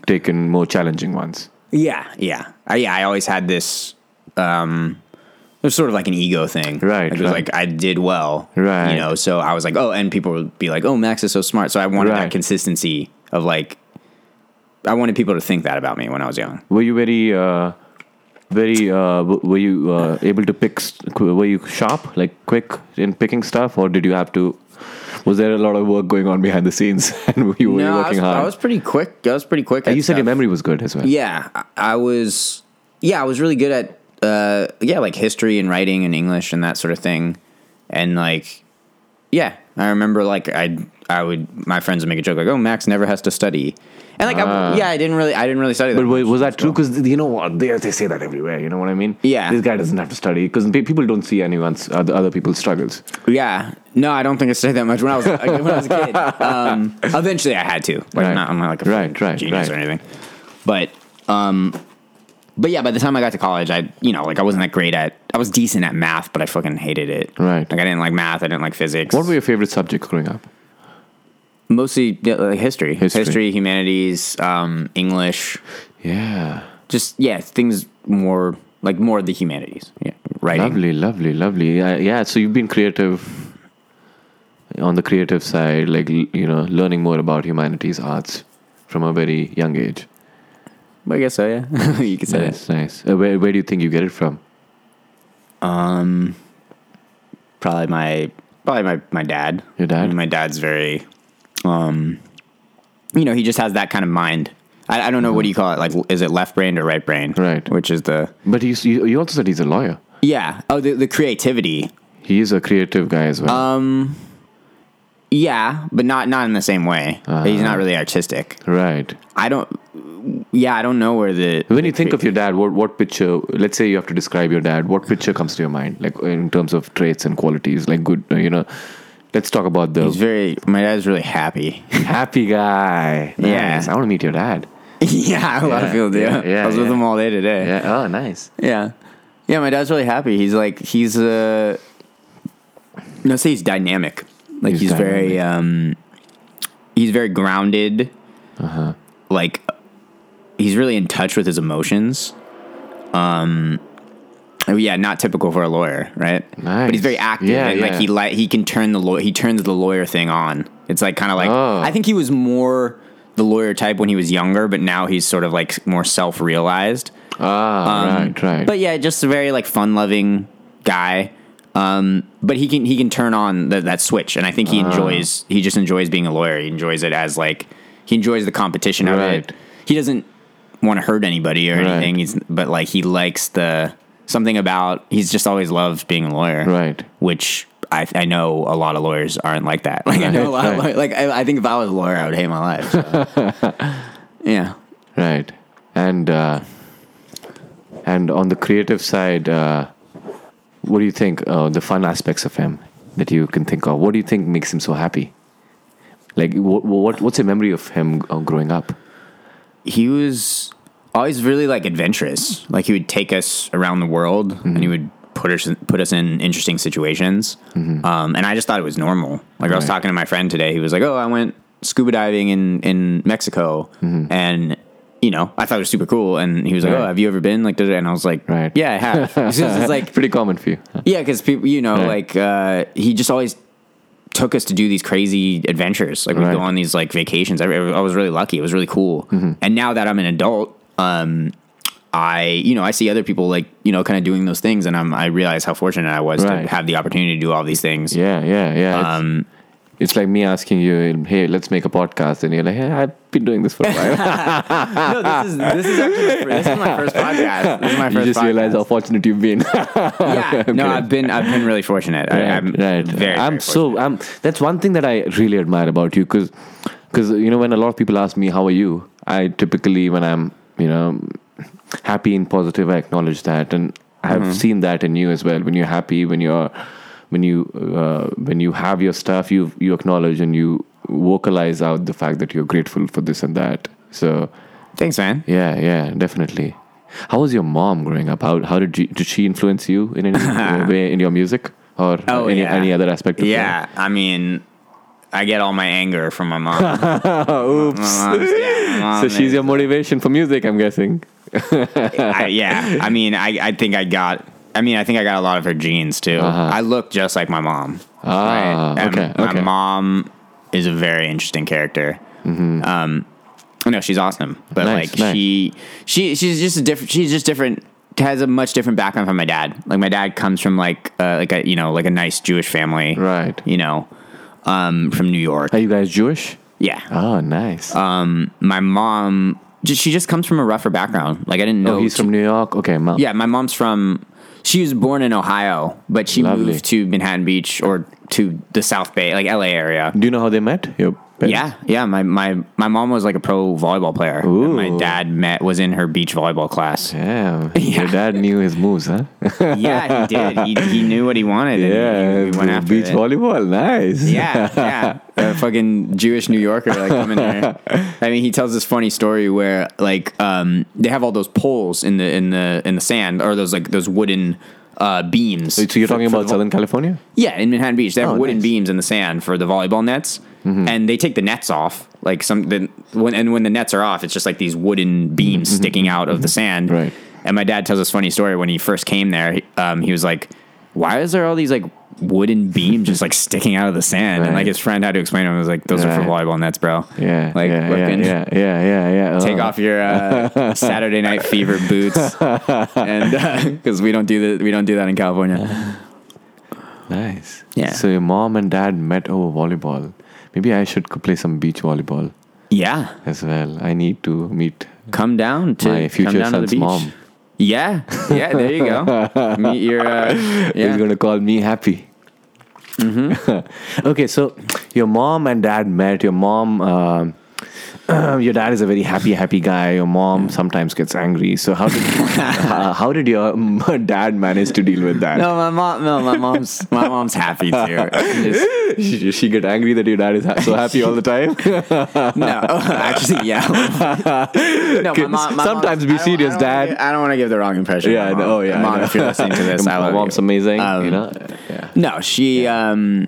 take in more challenging ones
Yeah, yeah, I, yeah. I always had this. Um, it was sort of like an ego thing,
Right,
It was
right.
like I did well,
Right.
You know, so I was like, oh, and people would be like, oh, Max is so smart. So I wanted
Right.
that consistency of like, I wanted people to think that about me when I was young.
Were you very, uh, very? Uh, w- were you uh, able to pick? s- qu- Were you sharp, like quick in picking stuff, or did you have to? Was there a lot of work going on behind the scenes, and were you, were you
I
working
was,
hard?
I was pretty quick. I was pretty quick.
And
at
you said your
stuff.
memory was good as well.
Yeah, I, I was. Yeah, I was really good at uh, yeah, like history and writing and English and that sort of thing, and like yeah, I remember like I I would my friends would make a joke like oh Max never has to study, and like I, yeah I didn't really I didn't really study.
But
that
was,
much.
was that true? Because you know what they, they say that everywhere. You know what I mean?
Yeah.
This guy doesn't have to study because people don't see anyone's other, other people's struggles.
Yeah, no, I don't think I studied that much when I was like, when I was a kid. Um, eventually, I had to. Like,
Right.
not, I'm not like a
Right, right,
genius
right.
or anything. But, um, but yeah, by the time I got to college, I you know like I wasn't that great at. I was decent at math, but I fucking hated it.
Right.
Like I didn't like math. I didn't like physics.
What were your favorite subjects growing up?
mostly yeah, like history,
History.
humanities, um, English,
Yeah.
just yeah, things more like more of the humanities. Yeah, writing.
Lovely, lovely, lovely. Yeah, yeah. So you've been creative on the creative side, like l- you know, learning more about humanities, arts from a very young age.
I guess so. Yeah, you could say that.
Nice, nice. Uh, where where do you think you get it from?
Um, probably my probably my my dad.
Your dad?
I mean, my dad's very, um, you know, he just has that kind of mind. I, I don't know what do you call it. Like, is it left brained or right brain?
Right.
Which is the
But you s- you you also said he's a lawyer.
yeah. Oh, the the creativity.
He is a creative guy as well.
Um, yeah, but not not in the same way. He's
Uh-huh.
not really artistic.
right.
I don't. Yeah, I don't know where the
When you think of your dad, what what picture? Let's say you have to describe your dad. What picture comes to your mind, like in terms of traits and qualities, like good, uh, you know. Let's talk about the
he's very. My dad's really happy.
happy guy.
Yeah.
Nice. I want to meet your dad.
yeah, a lot of
Yeah,
people do.
yeah, yeah,
I was with
yeah.
him all day today.
Yeah. Oh, nice.
Yeah. Yeah, my dad's really happy. He's like he's uh no say he's dynamic. Like
He's
he's, very um he's very grounded. Uh-huh. Like he's really in touch with his emotions. Um oh, yeah, not typical for a lawyer, right? But
Nice.
he's very active
Yeah,
and
yeah.
like he like he can turn the law he turns the lawyer thing on. It's like kind of like
Oh.
I think he was more the lawyer type when he was younger, but now he's sort of like more self-realized.
Ah,
Um,
right, right.
But yeah, just a very like fun loving guy. Um, but he can he can turn on the, that switch, and I think
Uh.
he enjoys he just enjoys being a lawyer. He enjoys it as like he enjoys the competition of
Right.
it. He doesn't want to hurt anybody or
Right.
anything. He's but like he likes the something about he's just always loved being a lawyer,
Right.
Which I I know a lot of lawyers aren't like that. Like I know a lot of
right.
lawyers, like I, I think if I was a lawyer, I would hate my life. so. yeah.
right. And uh, and on the creative side, uh, what do you think? Uh, the fun aspects of him that you can think of. What do you think makes him so happy? Like, what, what what's a memory of him uh, growing up?
he was always really like adventurous. Like he would take us around the world and he
Mm-hmm.
would put us put us in interesting situations. Um, and I just thought it was normal. Like I was
Mm-hmm. Right.
talking to my friend today. He was like, "Oh, I went scuba diving in in Mexico," and you know, I thought it was super cool. And he was like,
Mm-hmm. Right.
"Oh, have you ever been?" Like, da-da-da. and I was like,
Right.
"Yeah, I have." It's just like
Pretty common for you.
yeah, because people, you know,
Right.
like uh, he just always took us to do these crazy adventures. Like we'd
Right. Mm-hmm.
go on these like vacations. I, I was really lucky. It was really cool. And now that I'm an adult, um, I you know I see other people like you know kind of doing those things, and I'm I realize how fortunate I was
Right.
to have the opportunity to do all these things.
Yeah, yeah, yeah. It's-
Um,
it's like me asking you, hey, let's make a podcast, and you're like, hey, I've been doing this for a while.
no, this is this is actually the fir- this is my first podcast. This is my
you
first.
just
podcast.
realize how fortunate you've been.
yeah. No, I've been I've been really fortunate. I, I'm very. very
I'm so. I'm. That's one thing that I really admire about you, because, you know, when a lot of people ask me, "How are you?" I typically, when I'm, you know, happy and positive, I acknowledge that, and I've
Mm-hmm.
seen that in you as well. When you're happy, when you're, when you, uh, when you have your stuff, you you acknowledge and you vocalize out the fact that you're grateful for this and that. So
Thanks, man.
yeah, yeah, definitely. How was your mom growing up? How how did you, did she influence you in any way in your music or
Oh,
any
yeah.
any other aspect? Of
Yeah, I mean, I get all my anger from my mom.
Your? Oops.
My mom's- yeah, my
so
mom
she's
is- uh,
your motivation for music, I'm guessing.
I, yeah, I mean, I, I think I got. I mean, I think I got a lot of her genes too. I look just like my mom.
Uh-huh. Ah,
And
okay,
My
okay.
mom is a very interesting character. Um, no, she's awesome, but
Mm-hmm. Nice,
like
nice.
she, she, she's just a different. She's just different. Has a much different background from my dad. Like my dad comes from like uh, like a you know like a nice Jewish family,
Right.
You know, um, from New York.
Are you guys Jewish?
yeah,
Oh, nice.
um, my mom just she just comes from a rougher background. Like I didn't know
oh, he's
she-
from New York. Okay, mom.
yeah, my mom's from. She was born in Ohio, but she
Lovely.
moved to Manhattan Beach or to the South Bay, like LA area.
Do you know how they met? Your parents?
Yeah, yeah. My my my mom was like a pro volleyball player. And my dad met was in her beach volleyball class.
Damn. Your dad knew his moves, huh?
yeah, he did. He, he knew what he wanted. and he, he went after
beach
it.
volleyball. Nice.
Yeah, yeah. A fucking Jewish New Yorker like coming there. I mean, he tells this funny story where like um they have all those poles in the in the in the sand or those like those wooden uh beams.
So you're
for-
talking
for
about
the vo-
Southern California?
Yeah, in Manhattan Beach, they have
Oh,
wooden
nice. Mm-hmm.
beams in the sand for the volleyball nets, and they take the nets off. Like some, the, when and when the nets are off, it's just like these wooden beams sticking out of the sand.
Mm-hmm. Right.
And my dad tells this funny story when he first came there. he- Um, he was like, "Why is there all these like wooden beams just like sticking out of the sand?" And
Right.
like his friend had to explain to him, he was like, "Those are
Right.
for volleyball nets, bro.
Yeah.
like
yeah, yeah,
fucking
yeah, yeah, yeah, yeah.
Take
Oh.
off your uh, Saturday Night Fever boots, and because we don't do that, we don't do that in California.
Nice.
Yeah.
So your mom and dad met over volleyball. Maybe I should play some beach volleyball
Yeah,
as well. I need to meet.
come down to
My future
come down to the
son's
beach.
mom.
Yeah, yeah. There you go. Meet your uh,
He's
yeah.
going to call me happy.
Mm-hmm.
okay, so your mom and dad met. Your mom, um your dad is a very happy, happy guy. Your mom sometimes gets angry. So how did uh, how did your um, dad manage to deal with that?
No, my mom. No, my mom's my mom's happy too. Just-
She, she get angry that your dad is ha- so happy all the time.
no, actually, yeah. no, my mom. my
Sometimes
mom-
be
I don't-
serious,
I don't wanna
Dad.
give- I don't want to give the wrong impression.
yeah.
of my
no,
mom.
oh yeah. I
Mom,
know.
if you're listening to this, I
My
love
mom's
you.
amazing. you
Um,
know. Yeah.
No, she um,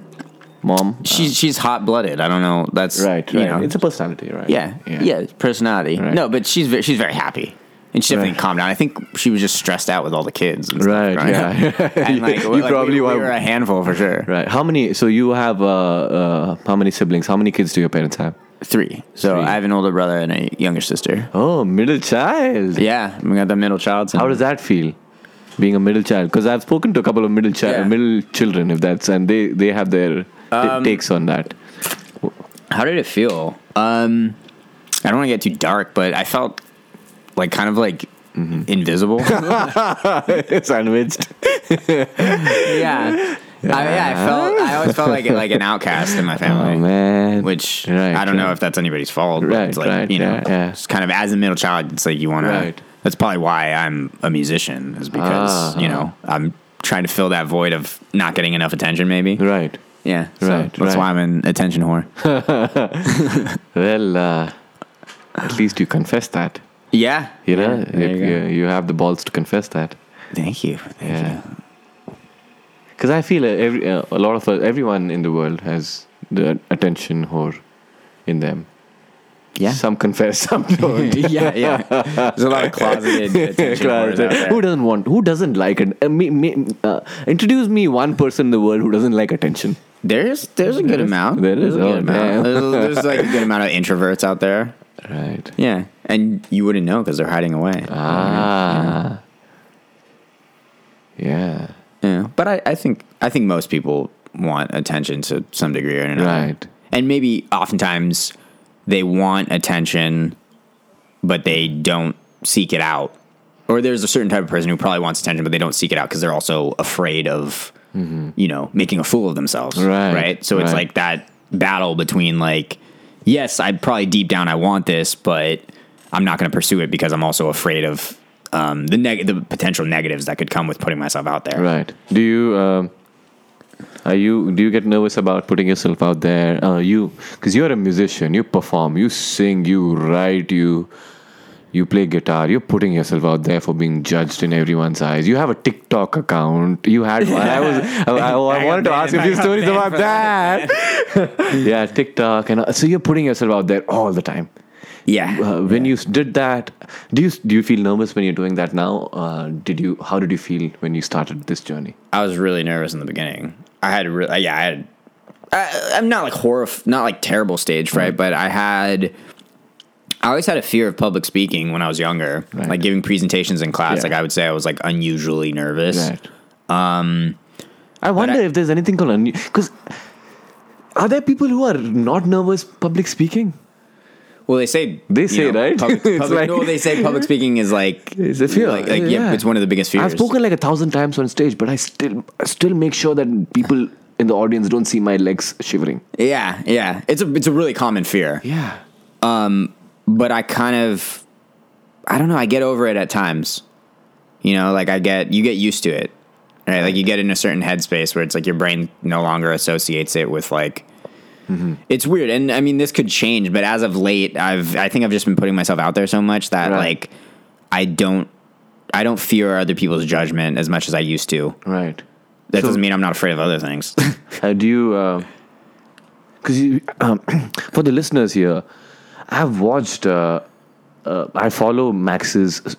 Mom.
she's she's hot blooded. I don't know. That's
Right, right.
You know,
It's a personality, right?
yeah, yeah, personality.
Right.
No, but she's very, she's very happy. And she definitely
Right.
calmed down. I think she was just stressed out with all the kids. And stuff
Right,
growing
yeah.
up. and like,
You
we- like, we,
probably
we
were-
were a handful for sure.
Right. How many? So you have uh, uh, how many siblings? How many kids do your parents have?
Three. So
Three.
I have an older brother and a younger sister.
Oh, middle child.
Yeah, we got the middle child.
How does that feel? Being a middle child, because I've spoken to a couple of middle child,
Yeah. Um,
middle children, if that's, and they they have their ta- takes on that.
how did it feel? Um, I don't want to get too dark, but I felt like kind of like
Mm-hmm.
invisible.
Sandwiched.
yeah. I, yeah, I felt. I always felt like like an outcast in my family.
Oh man.
which
Right,
I don't know
right.
if that's anybody's fault. But
Right,
it's like
right,
you know,
yeah, yeah.
it's kind of as a middle child, it's like you want
Right.
to. That's probably why I'm a musician is because
Ah.
you know I'm trying to fill that void of not getting enough attention. Maybe
Right.
yeah, so
Right,
That's
right.
why I'm an attention whore.
Well, uh, at least you confess that.
yeah,
You know,
There
if
you go.
you, you have the balls to confess that.
Thank you. Thank
Yeah. Because I feel uh, every uh, a lot of uh, everyone in the world has the attention whore in them.
you. Yeah.
Some confess, some don't.
yeah, yeah. There's a lot of closeted attention whores out there.
who doesn't want? Who doesn't like it? Uh, me, me, uh, introduce me one person in the world who doesn't like attention.
There's there's a good amount.
there
There's
is.
a good
Oh,
amount.
damn.
There's, there's like a good amount of introverts out there.
Right.
Yeah, and you wouldn't know because they're hiding away.
Ah. Yeah.
Yeah, but I, I think I think most people want attention to some degree or another,
Right.
and maybe oftentimes they want attention, but they don't seek it out. Or there's a certain type of person who probably wants attention, but they don't seek it out because they're also afraid of, you know, making a fool of themselves.
Mm-hmm. Right,
Right. So it's
right.
like that battle between like, yes, I probably deep down I want this, but I'm not going to pursue it because I'm also afraid of um, the neg- the potential negatives that could come with putting myself out there.
Right. Do you um, are you do you get nervous about putting yourself out there? Uh, you because you're a musician. You perform. You sing. You write. You you play guitar. You're putting yourself out there for being judged in everyone's eyes. You have a TikTok account. You had one. I was I, I, I wanted to
banned.
ask a
I
few
got
stories
banned
about that. yeah, TikTok and uh, so you're putting yourself out there all the time.
Yeah.
Uh, when you s- did that, do you s- do you feel nervous when you're doing that now? Uh, did you? How did you feel when you started this journey?
I was really nervous in the beginning. I had really, yeah, I had. I, I'm not like horror, not like terrible stage fright, but I had. I always had a fear of public speaking when I was younger,
Right.
like giving presentations in class.
Yeah.
Like I would say, I was like unusually nervous.
I wonder
I-
if there's anything called because are there people who are not nervous public speaking?
Well, they say
They
you
say, right?
Public,
It's
public-
like-
no, they say public speaking is like
It's a fear.
Like, like, yeah. it's one of the biggest fears.
I've spoken like a thousand times on stage, but I still I still make sure that people in the audience don't see my legs shivering.
Yeah, yeah. It's a it's a really common fear.
Yeah.
but I kind of, I don't know. I get over it at times. You know, like I get, you get used to it, right? Like you get in a certain headspace where it's like your brain no longer associates it with like. It's weird, and I mean this could change, but as of late, I've I think I've just been putting myself out there so much that
Right.
like I don't I don't fear other people's judgment as much as I used to.
Right.
That
So-
doesn't mean I'm not afraid of other things.
Uh, do you? Because you, um, for the listeners here, I've watched. Uh, uh, I follow Max's uh,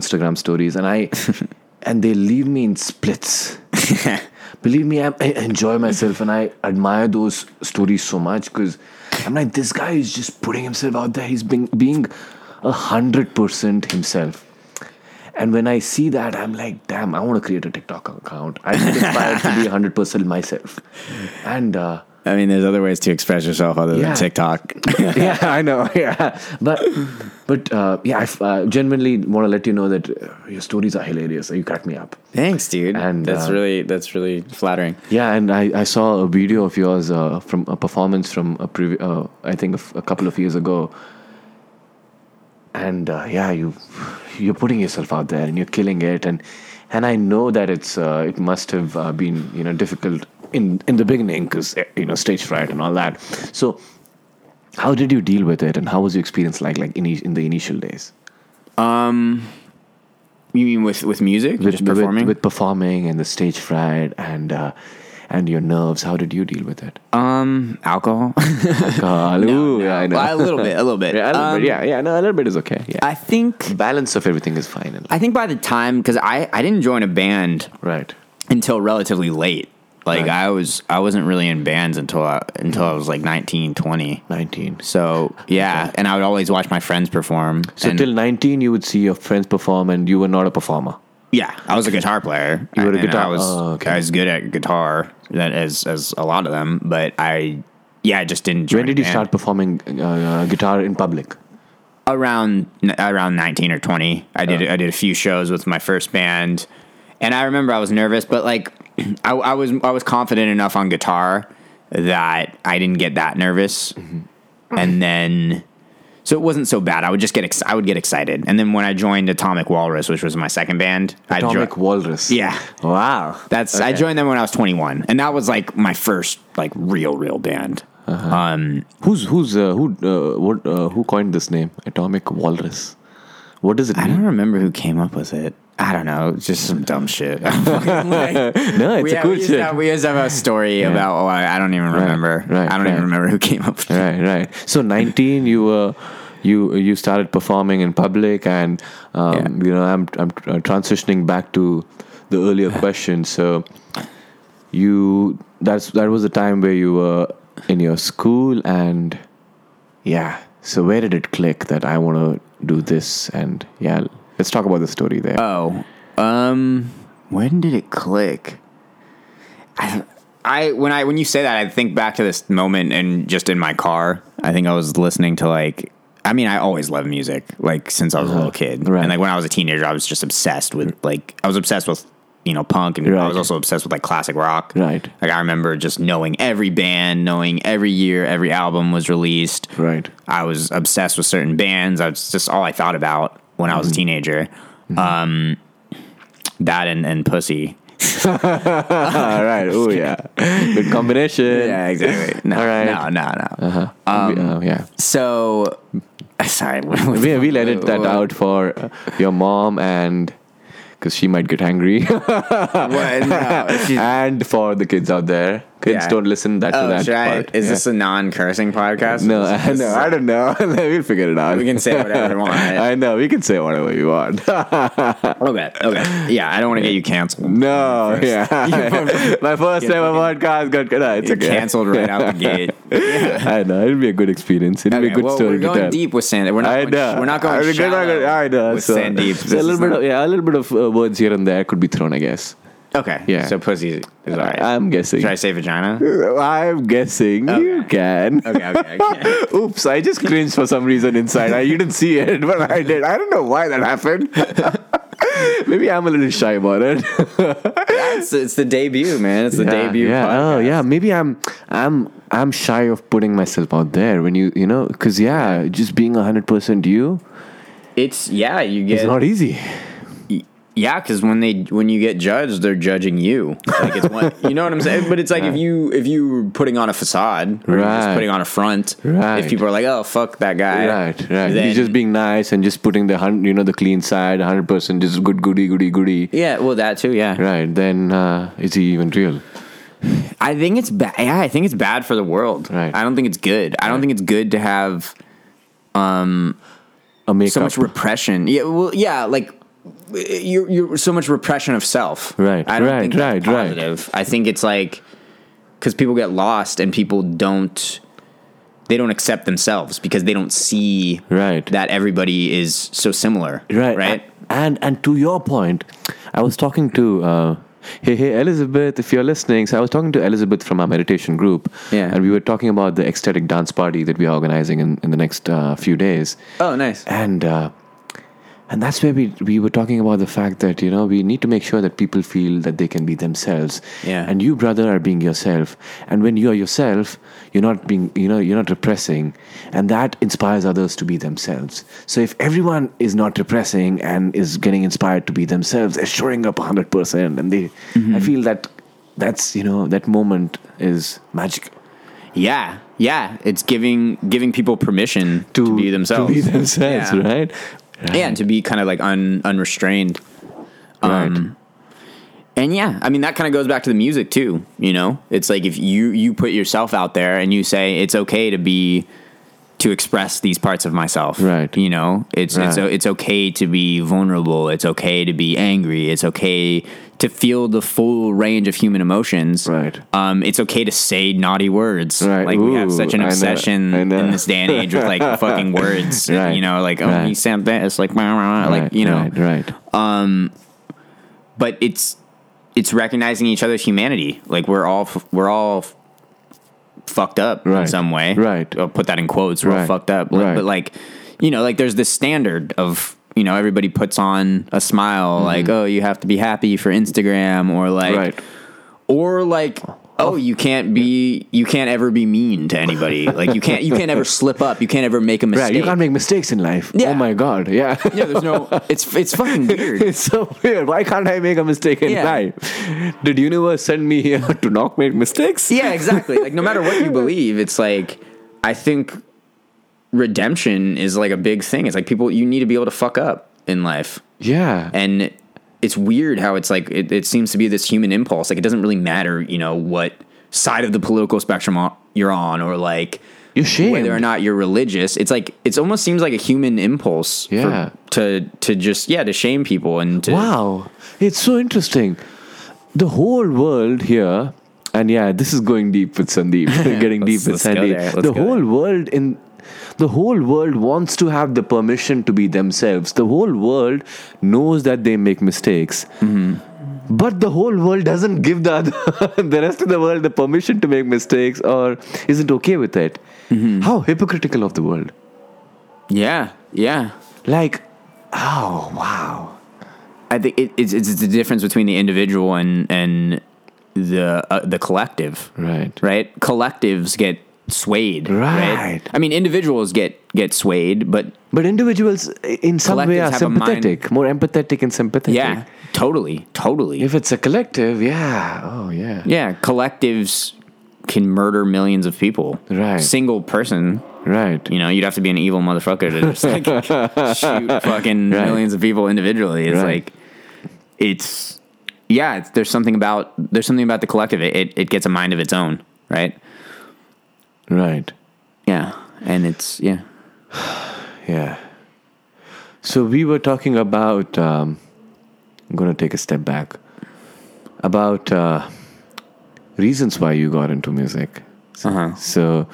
Instagram stories, and I and they leave me in splits. Believe me, I'm, I enjoy myself, and I admire those stories so much because I'm like, this guy is just putting himself out there. He's being being a hundred percent himself. And when I see that, I'm like, damn, I want to create a TikTok account. I feel inspired to be 100% myself. And uh,
I mean, there's other ways to express yourself other
Yeah.
than TikTok.
yeah, I know. Yeah, but but uh, yeah, I f- uh, genuinely want to let you know that uh, your stories are hilarious. You crack me up.
Thanks, dude.
And,
that's
uh,
really that's really flattering.
Yeah, and I, I saw a video of yours uh, from a performance from a previ- uh, I think a f- a couple of years ago. And uh, yeah, you you're putting yourself out there and you're killing it. And and I know that it's uh, it must have uh, been you know difficult in in the beginning because you know stage fright and all that. So how did you deal with it, and how was your experience like like in, in the initial days
You mean with with music,
with
just performing?
with, with performing and the stage fright and uh, and your nerves? How did you deal with it?
um, alcohol.
Alcohol. Ooh, yeah, I know.
a little bit, a little bit.
Yeah, a little
Um,
bit. Yeah, yeah. No, a little bit is okay. Yeah.
I think
Balance of everything is fine. And,
I think by the time because I I didn't join a band
right.
until relatively late. Like
Right.
I was I wasn't really in bands until I, until I was like 19, 20.
19.
So yeah, and I would always watch my friends perform.
So
and-
till 19, you would see your friends perform and you were not a performer.
yeah, I was a guitar player.
You were a
and
guitar-
I was
oh, okay.
I was good at guitar that as as a lot of them, but I yeah I just didn't. Join
When did
a
you
band.
start performing uh, uh, guitar in public?
around around 19 or 20 i
Oh.
did i did a few shows with my first band and i remember i was nervous but like i, I was i was confident enough on guitar that i didn't get that nervous
Mm-hmm.
and then so it wasn't so bad i would just get ex- i would get excited and then when i joined atomic walrus which was my second band i
Atomic
jo-
Walrus.
yeah
Wow.
that's I
Okay.
joined them when I was 21, and that was like my first like real real band. Um,
Who's who's uh, who uh, what uh, who coined this name? Atomic Walrus. What does it
I
mean?
don't remember who came up with it. I don't know, it's just some dumb shit.
No, it's
we,
a
have- we
cool
used
shit.
to have- we used to have a story about. Oh, I, I don't even remember.
right,
I don't
right.
even remember who came up. with it.
right, right. So 19, you were. You, you started performing in public and um,
Yeah.
you know I'm, I'm uh, transitioning back to the earlier question so you that's that was the time where you were in your school and yeah so where did it click that I want to do this and yeah let's talk about the story there
Oh, um, when did it click? I, I when I when you say that, I think back to this moment and just in my car. I think I was listening to like. I mean, I always loved music, like since I was a little kid,
Uh-huh. Right.
and like when I was a teenager, I was just obsessed with like I was obsessed with you know punk, and I
Right.
was also obsessed with like classic rock.
Right.
Like I remember just knowing every band, knowing every year, every album was released.
right
I was obsessed with certain bands. I was just all I thought about when I was
Mm-hmm.
a teenager. Um, that and, and pussy.
all right oh yeah good combination
exactly. No,
All right.
no, no, no.
Uh, yeah
So, sorry.
we, we let it that out for uh, your mom and because she might get angry
What? No, she's-
and for the kids out there Kids
Yeah.
don't listen that to
Oh,
that
should I,
part.
is
Yeah.
this a non-cursing podcast?
no,
Is
I
this-
know. I don't know. we'll figure it out.
We can say whatever we want, right?
I know. We can say whatever we want.
Okay, okay. Yeah, I don't want to get you canceled.
no, yeah. My first ever podcast got no, it's
You're
okay.
canceled right out the gate.
I know. It'll be a good experience. It'll be a
Okay,
good
well,
story
we're
to
going
tell.
deep with Sandeep. We're not.
I
going,
know.
We're not
I
going
mean, we're not
shallow
gonna- I know.
with
so,
Sandeep.
so a little bit, of, yeah, a little bit of uh, words here and there could be thrown. I guess.
okay.
yeah.
So pussy is all right.
I'm guessing.
Should I say vagina?
I'm guessing you
Okay.
can.
Okay. Okay. okay.
Oops, I just cringed for some reason inside. I you didn't see it, but I did. I don't know why that happened. Maybe I'm a little shy about it.
it's, it's the debut, man. It's the debut.
Yeah.
podcast.
Oh, yeah. Maybe I'm I'm I'm shy of putting myself out there when you you know because yeah, just being hundred percent you,
It's yeah. You
it's
get
not easy.
yeah because when they when you get judged they're judging you like it's one you know what i'm saying but it's like if you if you were putting on a facade or you're just
Right.
putting on a front
Right.
if people are like oh fuck that guy
Right, right.
then-
You're just being nice and just putting the hun- you know the clean side, hundred percent, just good goody goody goody.
yeah well that too yeah
Right. Then uh, is he even real?
i think it's bad yeah i think it's bad for the world
Right.
i don't think it's good i don't think it's good to have
A makeup.
so much repression yeah well yeah like you're, you're so much repression of self
Right,
I don't
right,
think that's
right, right.
positive. i think it's like because people get lost and people don't they don't accept themselves because they don't see
Right.
that everybody is so similar
right
right
A- and and to your point i was talking to uh, hey hey elizabeth if you're listening so i was talking to elizabeth from our meditation group
Yeah.
and we were talking about the ecstatic dance party that we are organizing in, in the next uh, few days
oh nice
and uh, and that's where we we were talking about the fact that you know we need to make sure that people feel that they can be themselves.
Yeah.
And you, brother, are being yourself. And when you are yourself, you're not being you know you're not repressing, and that inspires others to be themselves. So if everyone is not repressing and is getting inspired to be themselves, they're showing up hundred percent, and they
Mm-hmm.
I feel that that's you know that moment is magic
yeah yeah it's giving giving people permission to, be themselves
to be themselves,
Yeah.
right?
yeah to be kind of like un, unrestrained um and yeah i mean that kind of goes back to the music too you know it's like if you you put yourself out there and you say it's okay to be to express these parts of myself
Right.
you know it's it's
Right.
it's okay to be vulnerable it's okay to be angry it's okay to feel the full range of human emotions
Right.
um it's okay to say naughty words
Right.
like we have
Ooh,
such an
I know.
obsession
I know.
in this day and age with like fucking words
Right.
you know like oh
Right.
he said this like rah, rah, rah, like
Right,
you know
right, right.
but it's it's recognizing each other's humanity. Like we're all f- we're all f- fucked up in
Right.
some way.
Right.
I'll put that in quotes. We're all
Right.
fucked up. Like-
Right.
But like, you know, like there's this standard of you know everybody puts on a smile. Like oh, you have to be happy for Instagram or like
Mm-hmm. right.
or like. Oh, you can't be. You can't ever be mean to anybody. Like you can't. You can't ever slip up. You can't ever make a mistake.
Right, you can't make mistakes in life.
Yeah.
Oh my god, yeah.
yeah, there's no. It's it's fucking weird.
it's so weird. Why can't I make a mistake in
Yeah.
life? Did universe send me here to not make mistakes?
Yeah, exactly. Like no matter what you believe, it's like I think redemption is like a big thing. It's like people you need to be able to fuck up in life.
Yeah.
And it's weird how it's like it, it seems to be this human impulse. Like it doesn't really matter, you know, what side of the political spectrum o- you're on or like
You're shamed.
whether or not you're religious. It's like it almost seems like a human impulse for-
Yeah.
to to just yeah, to shame people and to
Wow. It's so interesting. The whole world here, and yeah, this is going deep with Sandeep, getting deep
Let's-
with
let's go there.
Sandeep.
Let's
The
go
whole world in the whole world wants to have the permission to be themselves. The whole world knows that they make mistakes.
Mm-hmm.
But the whole world doesn't give the other, the rest of the world the permission to make mistakes or isn't okay with it.
Mm-hmm.
How hypocritical of the world!
Yeah. Yeah.
Like, oh wow,
I think it, it's, it's the difference between the individual and and the uh, the collective,
right,
right? Collectives get swayed, right.
Right.
I mean, individuals get get swayed, but
But individuals, i- in some way,
Collectives
are
have a mind-
sympathetic, more empathetic and sympathetic.
yeah, totally, totally,
If it's a collective, yeah. Oh, yeah.
yeah. Collectives can murder millions of people,
Right.
Single person,
Right.
you know, you'd have to be an evil motherfucker to just like shoot fucking
Right.
millions of people individually. It's
Right.
like it's yeah, it's, there's something about there's something about the collective. It, it it gets a mind of its own, right?
Right.
Yeah, and it's yeah.
Yeah. So we were talking about. Um, I'm going to take a step back. About uh, reasons why you got into music. So,
Uh-huh.
so,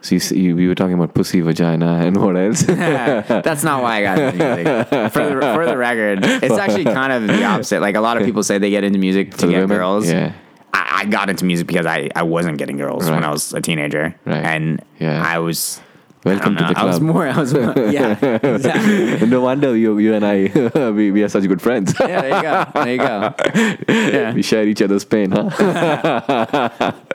so you, s- you, we were talking about pussy, vagina, and what else?
That's not why I got into music. For the, for the record, it's actually kind of the opposite. Like a lot of people say they get into music to
the
get
women?
girls.
Yeah.
I, I got into music because I, I wasn't getting girls when
Right.
I was a teenager,
Right.
and
Yeah.
I was.
Welcome
I don't
to the
know, I was
club.
more. I was more. Yeah. Exactly.
no wonder you, you and I, we, we are such good friends.
Yeah. There you go. There you go. Yeah.
we share each other's pain, huh?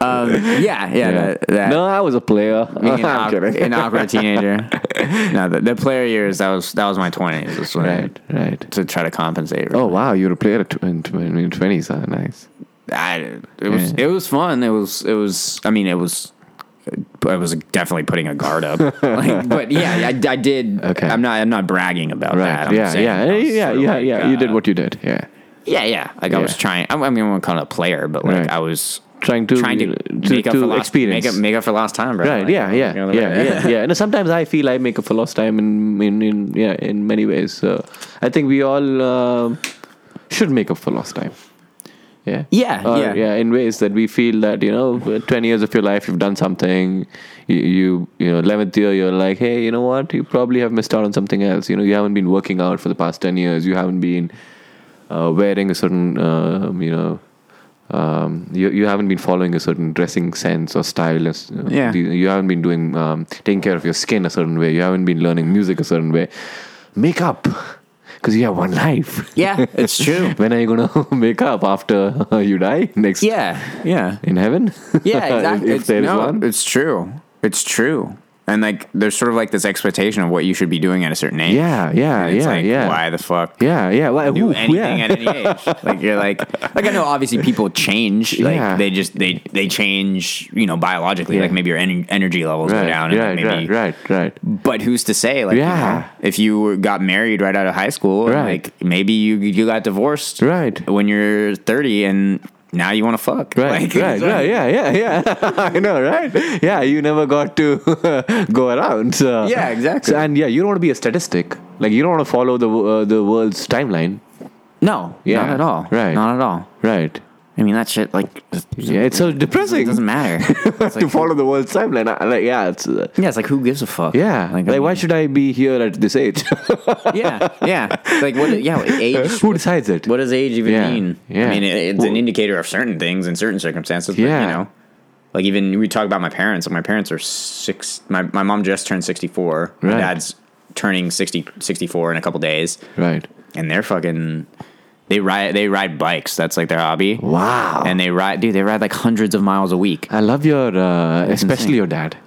Um, yeah. Yeah. That, that.
No, I was a player.
being an,
I'm
awk-
kidding.
an awkward teenager. No, the, the player years that was that was my twenties. That's when I-
Right, right.
to try to compensate.
Oh wow, you were a player at tw- in tw- in twenties. Huh? Nice.
I, it was
Yeah.
it was fun. It was it was. I mean, it was. I was definitely putting a guard up, like, but yeah, I, I did.
Okay.
I'm not. I'm not bragging about that.
Right.
I'm
Yeah,
saying
yeah,
I was
yeah,
sort of
yeah,
like,
yeah. You
uh,
did what you did. Yeah.
Yeah, yeah. Like I was
Yeah.
trying. I mean, I wasn't kind of a player, but like
Right.
I was
Trying to
trying to,
to,
make up
to
for lost,
experience.
make up, make up for lost time, bro.
right.
Like,
yeah. Yeah.
you know,
yeah. Yeah. Yeah. And sometimes I feel I make up for lost time in in, in yeah in many ways. So I think we all um should make up for lost time. Yeah.
Yeah,
Or,
yeah.
Yeah. In ways that we feel that you know, twenty years of your life, you've done something. You you, you know, eleventh year, you're like, hey, you know what? You probably have missed out on something else. You know, you haven't been working out for the past ten years. You haven't been uh, wearing a certain, um, you know, um, you you haven't been following a certain dressing sense or style. as-
Yeah.
You, you haven't been doing um, taking care of your skin a certain way. You haven't been learning music a certain way. Make up, because you have one life.
Yeah, it's true.
when are you gonna make up after you die next?
Yeah, yeah.
In heaven?
Yeah, exactly.
if, if there is one.
It's true. It's true. And like, there's sort of like this expectation of what you should be doing at a certain age.
Yeah, yeah,
And it's
yeah,
like,
yeah.
Why the fuck?
yeah, yeah. Why,
Do
who-
anything
yeah.
at any age. Like you're like like I know obviously people change. Like
Yeah.
they just they they change, you know, biologically.
Yeah.
Like maybe your en- energy levels
right,
go down and
right,
maybe
right, right, right.
but who's to say like you
Yeah.
know, if you were- got married right out of high school and,
Right.
like maybe you you got divorced
Right.
when you're 30 and now you want to fuck
Right,
Like,
right,
it's like-
right, yeah, yeah, yeah. I know, right? Yeah, you never got to go around. So.
Yeah, exactly.
So, and yeah, you don't want to be a statistic. Like you don't want to follow the uh, the world's timeline.
no
Yeah.
not at all
Right.
not at all
Right.
I mean that shit like
Yeah, it's so
it
depressing
doesn't matter. It's
to
like,
follow the world's timeline. I- Like, yeah, it's uh,
yeah, it's like who gives a fuck?
yeah. Like, um,
I
why
mean,
should I be here at this age?
yeah, yeah. It's like what? Yeah, what- age.
Who decides it?
What does age even
Yeah,
mean?
yeah.
I mean, it, it's
Well-
an indicator of certain things in certain circumstances. But,
Yeah.
You know, like even we talk about my parents. Like my parents are six. My, my mom just turned 64.
Right.
My dad's turning 60, 64 in a couple days.
Right.
And they're fucking, they ride, they ride bikes. That's like their hobby.
Wow.
And they ride, dude, they ride like hundreds of miles a week.
I love your, uh, especially your dad.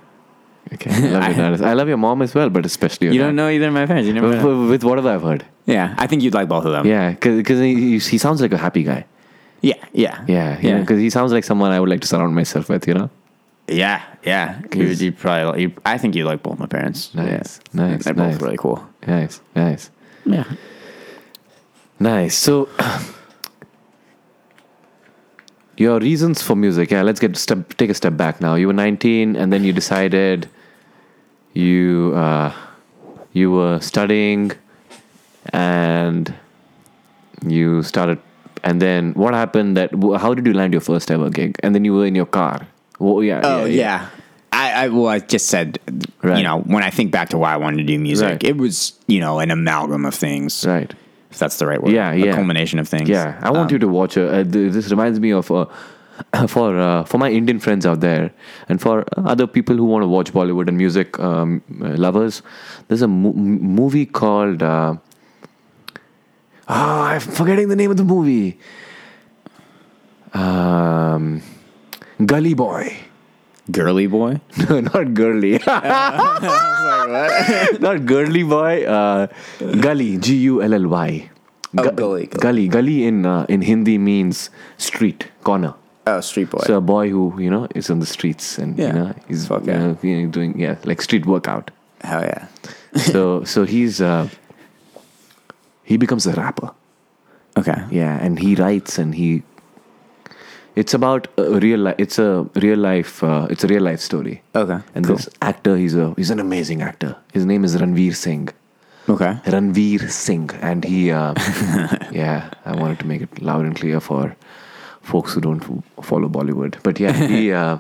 Okay, I love your dad. I love your mom as well, but especially your
You
dad.
don't know either of my parents. You never
With,
know.
with- with whatever I've heard.
Yeah. I think you'd like both of them.
Yeah, because he, he sounds like a happy guy.
Yeah. Yeah.
Yeah,
Yeah.
because he sounds like someone I would like to surround myself with. You know,
Yeah, yeah. You,
Cause-
you probably, like- you, I think you like both my parents.
Nice,
Yeah.
nice,
They're
nice.
both really cool.
nice, nice,
Yeah.
nice. So, your reasons for music. Yeah, let's get step take a step back now. You were 19, and then you decided you uh, you were studying, and you started. And then what happened? That wh- how did you land your first ever gig? And then you were in your car. Well, yeah.
Oh yeah. I, I well, I just said,
Right.
you know, when I think back to why I wanted to do music,
Right.
it was you know an amalgam of things.
Right.
If that's the right word.
Yeah,
A
yeah.
culmination of things.
Yeah, I want you to watch. Uh, uh, th- this reminds me of uh, for uh, for my Indian friends out there, and for other people who want to watch Bollywood and music um, uh, lovers. There's a mo- m- movie called. Uh, oh, I'm forgetting the name of the movie. Um, Gully Boy.
girly boy.
No, not girly. not girly boy. Uh, gully. G U L L Y.
Oh,
Gu-
gully,
Gully. Gully in uh, in Hindi means street corner.
Oh, street boy.
So a boy who you know is on the streets and you
Yeah.
know he's
Fuck
you
yeah.
know, you know, doing yeah like street workout.
Hell yeah.
so so he's uh, he becomes a rapper.
Okay.
Yeah, and he writes and he. It's about a real life. It's a real life. Uh, it's a real life story.
Okay.
And
cool.
this actor, he's a he's an amazing actor. His name is Ranveer Singh.
Okay.
Ranveer Singh, and he, uh, yeah, I wanted to make it loud and clear for folks who don't f- follow Bollywood. But yeah, he uh,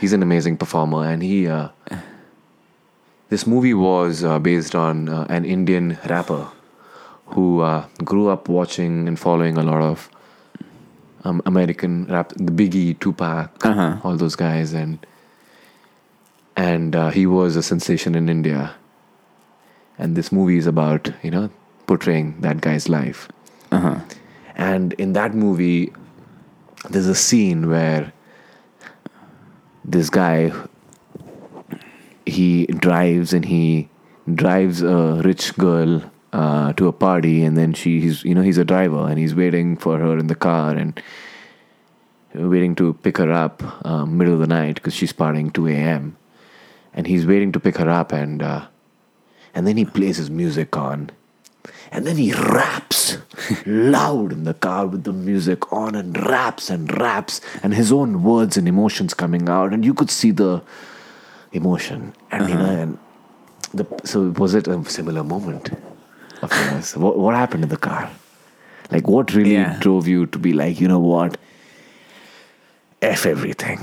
he's an amazing performer, and he. Uh, this movie was uh, based on uh, an Indian rapper who uh, grew up watching and following a lot of um, American rap, the Biggie, Tupac,
Uh-huh.
all those guys, and and uh, he was a sensation in India. And this movie is about you know portraying that guy's life.
Uh huh.
And in that movie, there's a scene where this guy he drives and he drives a rich girl uh, to a party, and then she he's you know he's a driver and he's waiting for her in the car and waiting to pick her up um, middle of the night because she's partying 2 a.m. and he's waiting to pick her up and uh, and then he plays his music on and then he raps loud in the car with the music on and raps and raps and his own words and emotions coming out and you could see the emotion and you know and the, so was it a similar moment of yours? what, what happened in the car like what really
Yeah.
drove you to be like you know what f everything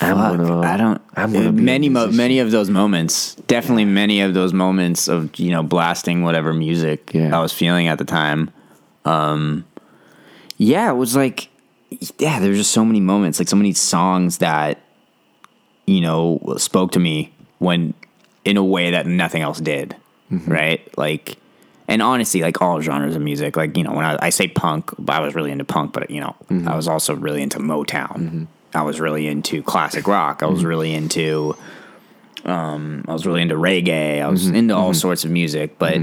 I'm gonna-
I don't.
I'm gonna be a
many mo-
musician.
many of those moments. Definitely many of those moments of you know blasting whatever music
Yeah.
I was feeling at the time. Um, yeah, it was like yeah, there's just so many moments, like so many songs that you know spoke to me when in a way that nothing else did, right? Like. And honestly, like all genres of music, like you know, when I, I say punk, I was really into punk, but you know, I was also really into Motown. I was really into classic rock. I was really into I was really into reggae. I was into all sorts of music, but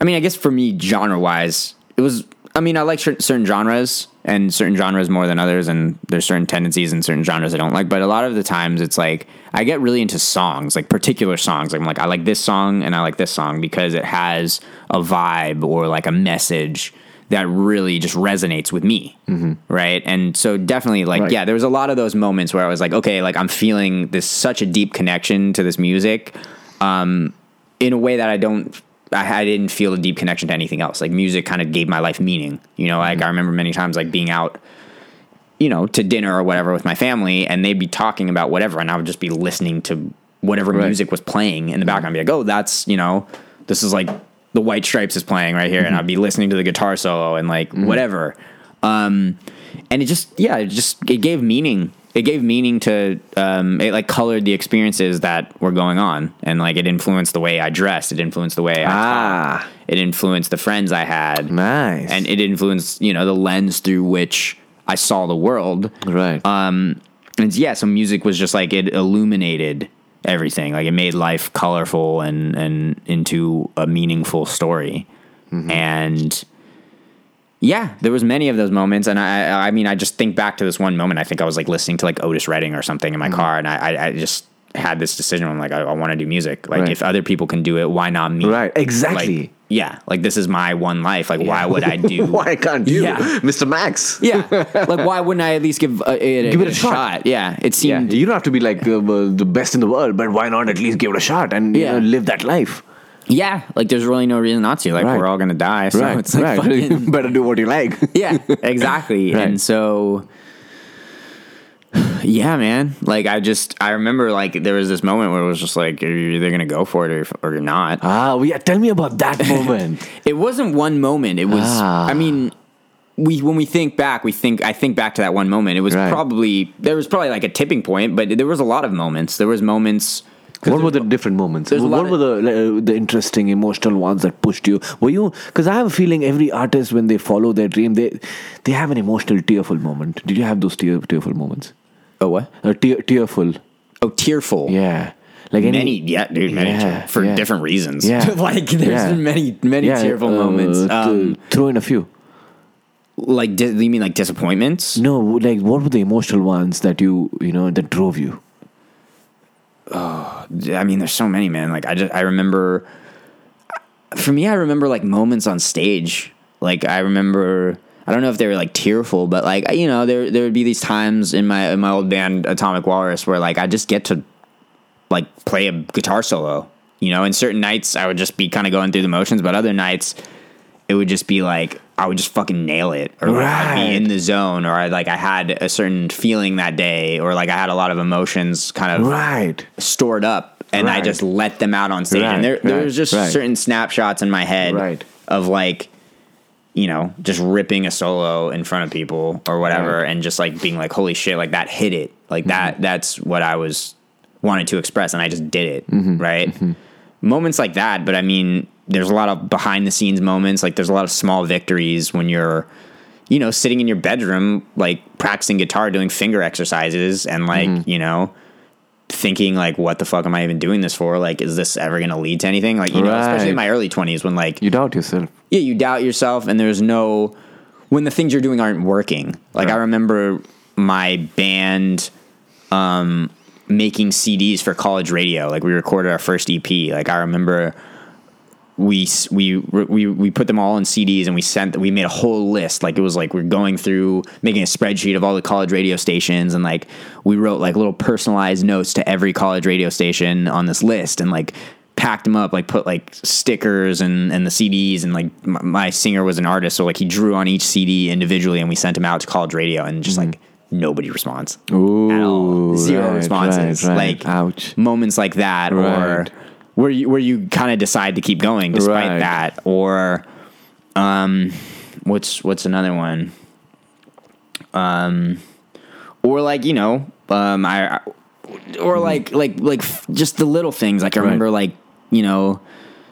I mean, I guess for me, genre wise, it was. I mean, I like cer- certain genres and certain genres more than others, and there's certain tendencies in certain genres I don't like. But a lot of the times, it's like I get really into songs, like particular songs. I'm like, I like this song and I like this song because it has a vibe or like a message that really just resonates with me, right? And so definitely, like,
Right.
yeah, there was a lot of those moments where I was like, okay, like I'm feeling this such a deep connection to this music in a way that I don't I, I didn't feel a deep connection to anything else. Like music kind of gave my life meaning. You know, like I remember many times like being out you know, to dinner or whatever with my family, and they'd be talking about whatever, and I would just be listening to whatever music was playing in the background. I'd be like, oh, that's you know, this is like the White Stripes is playing right here, and I'd be listening to the guitar solo and like whatever. Um, and it just yeah, it just it gave meaning. It gave meaning to um, it like colored the experiences that were going on, and like it influenced the way I dressed. It influenced the way I
Ah.
talked. It influenced the friends I had
nice
and it influenced you know the lens through which I saw the world.
right
Um, and yeah, so music was just like it illuminated everything. Like it made life colorful and and into a meaningful story.
Mm-hmm.
And yeah, there was many of those moments, and I I mean I just think back to this one moment. I think I was like listening to like Otis Redding or something
Mm-hmm.
in my car, and I I, I just had this decision. I'm like I, I want to do music. Like
Right.
if other people can do it, why not me?
Right, exactly.
Like, yeah, like this is my one life. Like why would I do?
Why can't you,
Yeah.
Mr. Max?
Yeah, like why wouldn't I at least give uh, it,
Give it
a,
a shot.
shot? Yeah, it
Yeah,
seemed
you don't have to be like uh, uh, the best in the world, but why not at least give it a shot and you
Yeah.
know, live that life?
Yeah, like there's really no reason not to. Like
Right.
we're all gonna die, so it's like fucking
Better do what you like.
yeah, exactly.
Right.
And so, yeah, man. Like I just I remember like there was this moment where it was just like you're either gonna go for it or, or you're not.
Ah, well, yeah. Tell me about that moment.
It wasn't one moment. It was.
Ah.
I mean, we when we think back, we think I think back to that one moment. It was
Right.
probably there was probably like a tipping point, but there was a lot of moments. There was moments.
what were the different moments?
there's a
What
lot
were the like, uh, the interesting emotional ones that pushed you? Were you? Because I have a feeling every artist when they follow their dream, they they have an emotional, tearful moment. Did you have those tear, tearful moments?
Oh what?
Uh, tear, tearful,
Oh, tearful.
yeah. Like any,
Many, yeah, dude, many
Yeah,
tear- for
yeah.
different reasons.
Yeah.
like there's
Yeah.
been many, many
yeah,
tearful
uh,
moments.
th-
Um,
throw in a few.
like, di- you mean like disappointments?
No, like what were the emotional ones that you you know that drove you?
I mean, there's so many, man. Like I just I remember for me, I remember like moments on stage. Like I remember, I don't know if they were like tearful, but like you know, there there would be these times in my in my old band Atomic Walrus where like I just get to like play a guitar solo. You know, and certain nights I would just be kind of going through the motions, but other nights it would just be like I would just fucking nail it, or like, I'd
Right.
be in the zone, or I like I had a certain feeling that day, or like I had a lot of emotions kind of
Right.
stored up and I
Right.
just let them out on stage.
Right,
and there, there
right,
was just
right.
certain snapshots in my head
Right.
of like, you know, just ripping a solo in front of people or whatever and just like being like, holy shit, like that hit it. Like
Mm-hmm.
that, that's what I was wanted to express and I just did it.
Mm-hmm.
Right. Moments like that. But I mean, there's a lot of behind the scenes moments. Like there's a lot of small victories when you're, you know, sitting in your bedroom, like practicing guitar, doing finger exercises and like,
Mm-hmm.
you know, thinking like what the fuck am i even doing this for like is this ever going to lead to anything like you know especially in
Right.
my early 20s when like
You doubt yourself.
yeah you doubt yourself and there's no when the things you're doing aren't working like i remember my band um making cds for college radio like we recorded our first ep like i remember we s- we we we put them all in CDs and we sent we made a whole list like it was like we're going through making a spreadsheet of all the college radio stations and like we wrote like little personalized notes to every college radio station on this list and like packed them up like put like stickers and and the CDs and like my, my singer was an artist so like he drew on each CD individually and we sent them out to college radio and just like nobody responds at all.
Ooh,
zero
right,
responses
right, right.
like
Ouch.
moments like that or
Right.
where you where you kind of decide to keep going despite
Right.
that or um what's what's another one um or like you know um i I-
Hmm.
or like like like f- just the little things like i remember like you know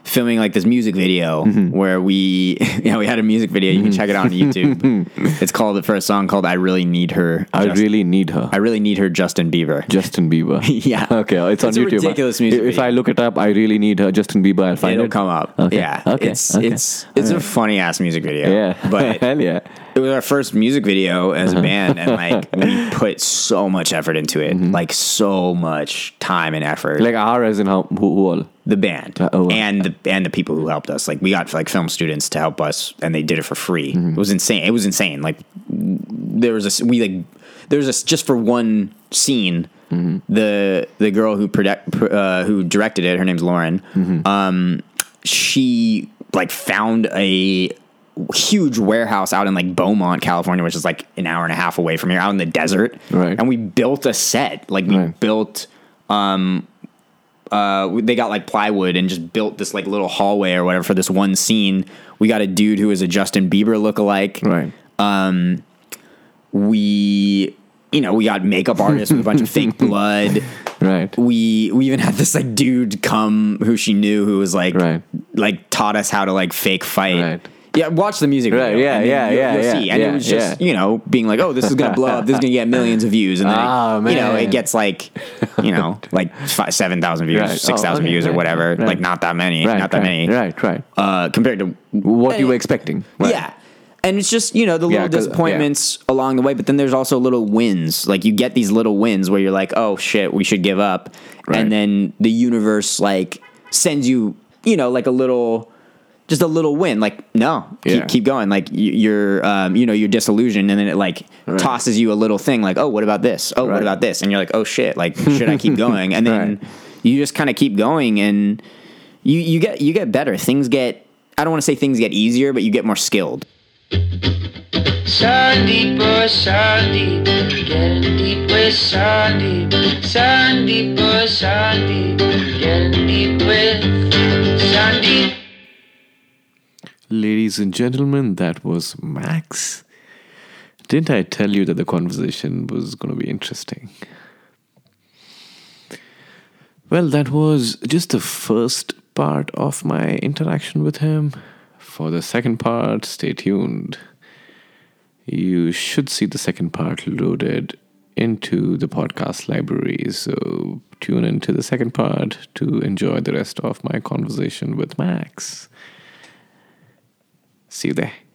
filming like this music video
Mm-hmm.
where we you know we had a music video you can check it out on youtube it's called for a song called i really need her
Mm-hmm. I
Just-
really need her.
i really need her justin bieber
Justin Bieber.
Yeah.
Okay, it's,
It's
on
a
YouTube.
ridiculous
I-
music
If
video.
I look it up, I really need her. Justin Bieber. I'll find
It'll
it.
come up.
Okay.
Yeah.
Okay.
It's
okay.
it's it's a funny ass music video.
yeah. Uh-huh.
But
hell yeah.
it was our first music video as a band and like we put so much effort into it.
Mm-hmm.
Like so much time and effort.
Like R as in how who, who all.
the band
oh, wow.
and the and the people who helped us. Like we got like film students to help us and they did it for free.
Mm-hmm.
It was insane. It was insane. Like there was a s- we like there was a s- just for one scene
Mm-hmm.
the the girl who product pr- uh, who directed it her name's Lauren
Mm-hmm.
um she like found a huge warehouse out in like Beaumont California which is like an hour and a half away from here out in the desert
Right.
and we built a set like we
Right.
built uh, they got like plywood and just built this like little hallway or whatever for this one scene. We got a dude who is a Justin Bieber lookalike.
Right.
We, you know, we got makeup artists with a bunch of fake blood.
Right.
We we even had this like dude come who she knew who was like
Right.
like taught us how to like fake fight.
Right.
Yeah, watch the music
Right,
video.
yeah,
and then
yeah,
you'll,
yeah,
you'll
yeah,
see. And
yeah,
it was just
yeah.
you know being like, oh, this is gonna blow up. This is gonna get millions of views, and then
Ah,
it, you know
man.
it gets like you know like five, seven thousand views,
Right. Oh,
six thousand
okay,
views or
right,
whatever.
right.
Like not that many,
Right.
not that
right,
many.
Right. Right.
Uh, compared to
What you were expecting? Right.
yeah. And it's just, you know, the
Yeah,
little
'cause- yeah.
disappointments along the way, but then there's also little wins. Like you get these little wins where you're like, oh shit, we should give up.
Right.
And then the universe like sends you, you know, like a little just a little win like no
Yeah.
keep, keep going like y- you're um, you know you're disillusioned and then it like tosses you a little thing like oh what about this oh
Right.
what about this and you're like oh shit like should i keep going and then you just kind of keep going and you you get you get better things get i don't want to say things get easier but you get more skilled
Sandeep, oh Sandeep, getting deep with Sandeep. Sandeep, oh Sandeep, getting deep with Sandeep.
Ladies and gentlemen, that was Max. Didn't I tell you that the conversation was going to be interesting? Well, that was just the first part of my interaction with him. For the second part, stay tuned. You should see the second part loaded into the podcast library. So tune into the second part to enjoy the rest of my conversation with Max. See you there.